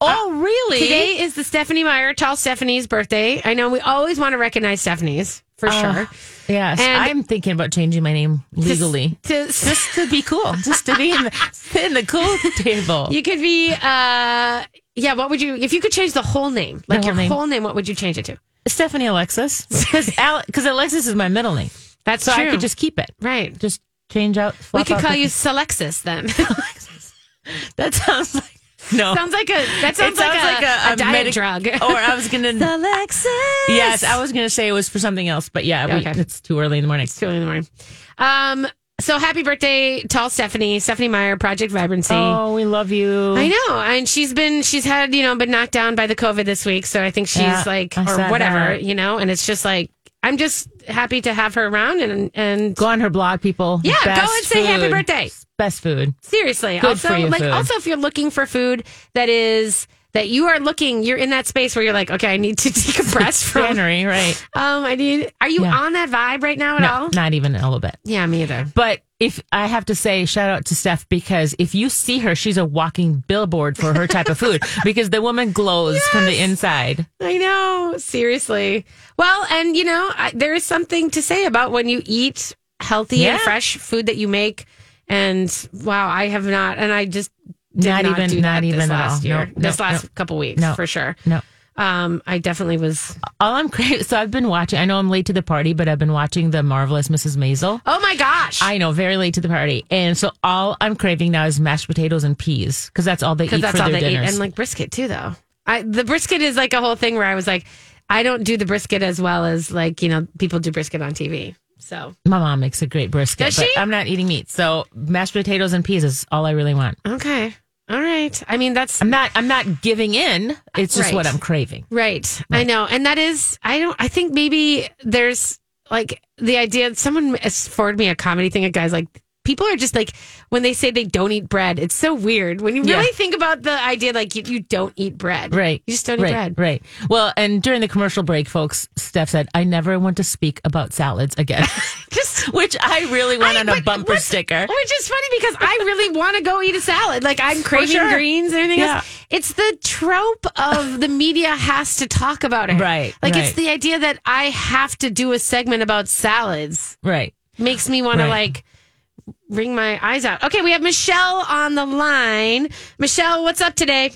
[SPEAKER 2] Uh,
[SPEAKER 3] oh, really?
[SPEAKER 2] Today is the Stephanie Meyer, tall Stephanie's birthday. I know we always want to recognize Stephanie's for sure.
[SPEAKER 3] Yes,
[SPEAKER 2] And-
[SPEAKER 3] I'm thinking about changing my name legally.
[SPEAKER 2] To, to,
[SPEAKER 3] Just to be cool, just to be in the, sit in the cool table.
[SPEAKER 2] you could be, uh, yeah, what would you, if you could change the whole name, like
[SPEAKER 3] whole
[SPEAKER 2] your
[SPEAKER 3] name.
[SPEAKER 2] whole name, what would you change it to?
[SPEAKER 3] Stephanie Alexis, because Alexis is my middle name,
[SPEAKER 2] That's
[SPEAKER 3] so I could just keep it.
[SPEAKER 2] right.
[SPEAKER 3] Just change out.
[SPEAKER 2] We
[SPEAKER 3] swap
[SPEAKER 2] could
[SPEAKER 3] out
[SPEAKER 2] call
[SPEAKER 3] the-
[SPEAKER 2] you Selexis then.
[SPEAKER 3] (laughs)
[SPEAKER 2] (laughs)
[SPEAKER 3] That sounds like no.
[SPEAKER 2] sounds like a, that sounds,
[SPEAKER 3] It sounds
[SPEAKER 2] like,
[SPEAKER 3] like
[SPEAKER 2] a,
[SPEAKER 3] a-
[SPEAKER 2] a,
[SPEAKER 3] a
[SPEAKER 2] diet
[SPEAKER 3] medic-
[SPEAKER 2] drug. (laughs)
[SPEAKER 3] or I was (laughs) gonna.
[SPEAKER 2] Selexis.
[SPEAKER 3] Yes, I was gonna say it was for something else, but yeah, we,
[SPEAKER 2] Okay.
[SPEAKER 3] it's too early in the morning.
[SPEAKER 2] Two in the morning. Um, so happy birthday, tall Stephanie, Stephanie Meyer, Project Vibrancy.
[SPEAKER 3] Oh, we love you.
[SPEAKER 2] I know, and she's been she's had you know been knocked down by the COVID this week, so I think she's
[SPEAKER 3] Yeah,
[SPEAKER 2] like
[SPEAKER 3] I
[SPEAKER 2] or
[SPEAKER 3] saw
[SPEAKER 2] whatever
[SPEAKER 3] that.
[SPEAKER 2] you know, and it's just like I'm just happy to have her around and and
[SPEAKER 3] Go on her blog, people.
[SPEAKER 2] Yeah, go and say happy birthday.
[SPEAKER 3] Best food.
[SPEAKER 2] seriously
[SPEAKER 3] Good
[SPEAKER 2] also
[SPEAKER 3] for you,
[SPEAKER 2] like
[SPEAKER 3] food.
[SPEAKER 2] also if you're looking for food that is that you are looking you're in that space where you're like okay I need to (laughs) decompress from um
[SPEAKER 3] January, right?
[SPEAKER 2] I need are you
[SPEAKER 3] Yeah.
[SPEAKER 2] on that vibe right now at all
[SPEAKER 3] (laughs) No, not even a little bit.
[SPEAKER 2] yeah me either
[SPEAKER 3] But if I have to say, shout out to Steph because if you see her, she's a walking billboard for her type of
[SPEAKER 2] (laughs)
[SPEAKER 3] food because the woman glows from the inside.
[SPEAKER 2] I know. Seriously. Well, and you know, I, there is something to say about when you eat healthy and
[SPEAKER 3] Yeah.
[SPEAKER 2] fresh food that you make. And wow, I have not, and I just did not,
[SPEAKER 3] Not even-
[SPEAKER 2] do that
[SPEAKER 3] not
[SPEAKER 2] this
[SPEAKER 3] even at
[SPEAKER 2] last
[SPEAKER 3] all.
[SPEAKER 2] year,
[SPEAKER 3] Nope,
[SPEAKER 2] this
[SPEAKER 3] nope,
[SPEAKER 2] last
[SPEAKER 3] nope.
[SPEAKER 2] couple weeks
[SPEAKER 3] Nope.
[SPEAKER 2] for sure.
[SPEAKER 3] No,
[SPEAKER 2] Um, I definitely was.
[SPEAKER 3] All I'm crazy. So I've been watching. I know I'm late to the party, but I've been watching the marvelous Mrs. Maisel.
[SPEAKER 2] Oh my gosh!
[SPEAKER 3] I know, very late to the party, and so all I'm craving now is mashed potatoes and peas because that's all they eat
[SPEAKER 2] because that's
[SPEAKER 3] for
[SPEAKER 2] all
[SPEAKER 3] their
[SPEAKER 2] they
[SPEAKER 3] dinners.
[SPEAKER 2] eat, and like brisket too, though. I the brisket is like a whole thing where I was like, I don't do the brisket as well as like you know people do brisket on TV. So
[SPEAKER 3] My mom makes a great brisket.
[SPEAKER 2] Does
[SPEAKER 3] but
[SPEAKER 2] she?
[SPEAKER 3] I'm not eating meat, so mashed potatoes and peas is all I really want.
[SPEAKER 2] okay, all right. I mean that's
[SPEAKER 3] I'm not. I'm not giving in. It's just what
[SPEAKER 2] Right.
[SPEAKER 3] I'm craving.
[SPEAKER 2] Right. I know. And that is, I don't, I think maybe there's like the idea, someone has forwarded me a comedy thing. A guy's like, people are just like, when they say they don't eat bread, it's so weird. When you
[SPEAKER 3] Yeah.
[SPEAKER 2] really think about the idea, like, you, you don't eat bread.
[SPEAKER 3] Right.
[SPEAKER 2] You just don't eat
[SPEAKER 3] right,
[SPEAKER 2] bread.
[SPEAKER 3] Right. Well, and during the commercial break, folks, Steph said, I never want to speak about salads
[SPEAKER 2] (laughs)
[SPEAKER 3] again, (laughs)
[SPEAKER 2] Just.
[SPEAKER 3] which I really want
[SPEAKER 2] I-
[SPEAKER 3] on a
[SPEAKER 2] but
[SPEAKER 3] bumper
[SPEAKER 2] what's- (laughs)
[SPEAKER 3] sticker.
[SPEAKER 2] Which is funny because I really want to go eat a salad. Like I'm craving
[SPEAKER 3] sure.
[SPEAKER 2] greens and everything
[SPEAKER 3] Yeah.
[SPEAKER 2] else. It's the trope of the media has to talk about it.
[SPEAKER 3] Right,
[SPEAKER 2] Like it's
[SPEAKER 3] right.
[SPEAKER 2] the idea that I have to do a segment about salads.
[SPEAKER 3] Right.
[SPEAKER 2] makes me want to
[SPEAKER 3] Right.
[SPEAKER 2] like wring my eyes out. Okay, we have Michelle on the line. Michelle, what's up today?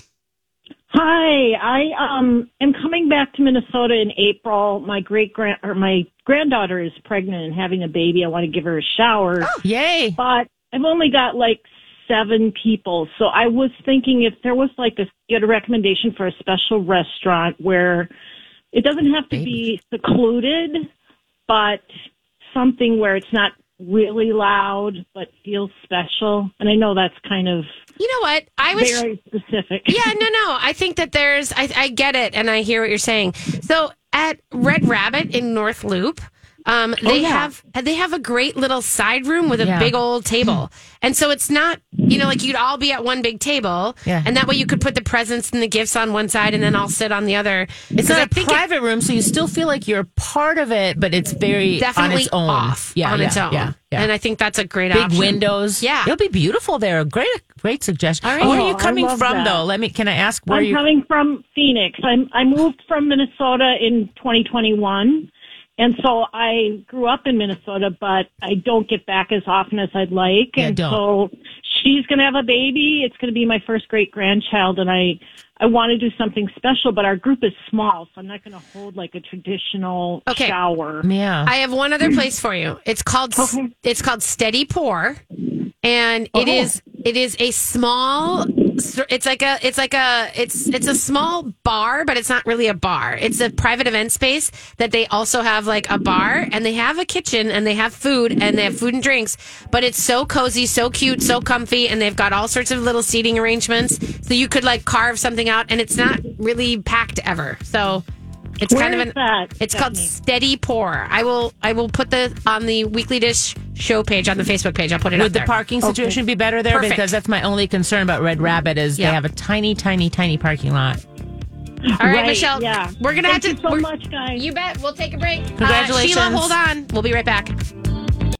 [SPEAKER 11] Hi, I um am coming back to Minnesota in April. My great grand or my granddaughter is pregnant and having a baby. I want to give her a shower,
[SPEAKER 2] Oh,
[SPEAKER 3] Yay.
[SPEAKER 11] but I've only got like seven people. So I was thinking if there was like a you had a recommendation for a special restaurant where it doesn't have to be secluded, but something where it's not really loud but feels special. And I know that's kind of
[SPEAKER 2] You know what? I was
[SPEAKER 11] very specific.
[SPEAKER 2] Yeah, no, no. I think that there's I I get it and I hear what you're saying. So at Red Rabbit in North Loop, um they
[SPEAKER 11] yeah.
[SPEAKER 2] have they have a great little side room with a
[SPEAKER 3] Oh, Yeah.
[SPEAKER 2] big old table. And so it's not, you know, like you'd all be at one big table
[SPEAKER 3] Yeah.
[SPEAKER 2] and that way you could put the presents and the gifts on one side and then all sit on the other.
[SPEAKER 3] It's not
[SPEAKER 2] a
[SPEAKER 3] a private room, so you still feel like you're part of it, but it's very
[SPEAKER 2] definitely
[SPEAKER 3] on its own.
[SPEAKER 2] off
[SPEAKER 3] yeah,
[SPEAKER 2] on
[SPEAKER 3] yeah,
[SPEAKER 2] its own.
[SPEAKER 3] Yeah, yeah.
[SPEAKER 2] And I think that's a great
[SPEAKER 3] big
[SPEAKER 2] option.
[SPEAKER 3] windows.
[SPEAKER 2] Yeah.
[SPEAKER 3] it'll be beautiful there. Great, great suggestion.
[SPEAKER 2] All right.
[SPEAKER 3] Where are you
[SPEAKER 11] Oh, I
[SPEAKER 3] coming
[SPEAKER 11] love
[SPEAKER 3] from,
[SPEAKER 11] that.
[SPEAKER 3] though? Let me. Can I ask where
[SPEAKER 11] I'm
[SPEAKER 3] you?
[SPEAKER 11] coming from Phoenix. I'm I moved from Minnesota in 2021, and so I grew up in Minnesota, but I don't get back as often as I'd like.
[SPEAKER 3] Yeah,
[SPEAKER 11] and
[SPEAKER 3] don't.
[SPEAKER 11] so she's going to have a baby. It's going to be my first great grandchild, and I I want to do something special, but our group is small, so I'm not going to hold like a traditional
[SPEAKER 2] Okay.
[SPEAKER 11] shower.
[SPEAKER 3] yeah.
[SPEAKER 2] I have
[SPEAKER 11] (clears throat)
[SPEAKER 2] one other place for you. It's called
[SPEAKER 11] Okay.
[SPEAKER 2] it's called Steady Pour, and
[SPEAKER 11] Oh.
[SPEAKER 2] it is it is a small. It's like a it's like a it's it's a small bar, but it's not really a bar. It's a private event space that they also have like a bar, and they have a kitchen, and they have food, and they have food and drinks. But it's so cozy, so cute, so comfy, and they've got all sorts of little seating arrangements, so you could like carve something out, and it's not really packed ever. So. It's
[SPEAKER 11] Where
[SPEAKER 2] kind of
[SPEAKER 11] is
[SPEAKER 2] an
[SPEAKER 11] that,
[SPEAKER 2] it's called
[SPEAKER 11] Stephanie?
[SPEAKER 2] Steady Pour. I will I will put the on the weekly dish show page on the Facebook page. I'll put it
[SPEAKER 3] Would
[SPEAKER 2] up
[SPEAKER 3] the
[SPEAKER 2] there.
[SPEAKER 3] parking situation be better there?
[SPEAKER 2] Perfect.
[SPEAKER 3] Because that's my only concern about Red Rabbit is
[SPEAKER 2] Yeah.
[SPEAKER 3] they have a tiny, tiny, tiny parking lot.
[SPEAKER 2] All right, Michelle.
[SPEAKER 11] Yeah,
[SPEAKER 2] We're gonna
[SPEAKER 11] Thank
[SPEAKER 2] have
[SPEAKER 11] you
[SPEAKER 2] to
[SPEAKER 11] so
[SPEAKER 2] we're-
[SPEAKER 11] much, guys.
[SPEAKER 2] You bet. We'll take a break. Uh,
[SPEAKER 3] Congratulations.
[SPEAKER 2] Sheila, hold on. We'll be right back.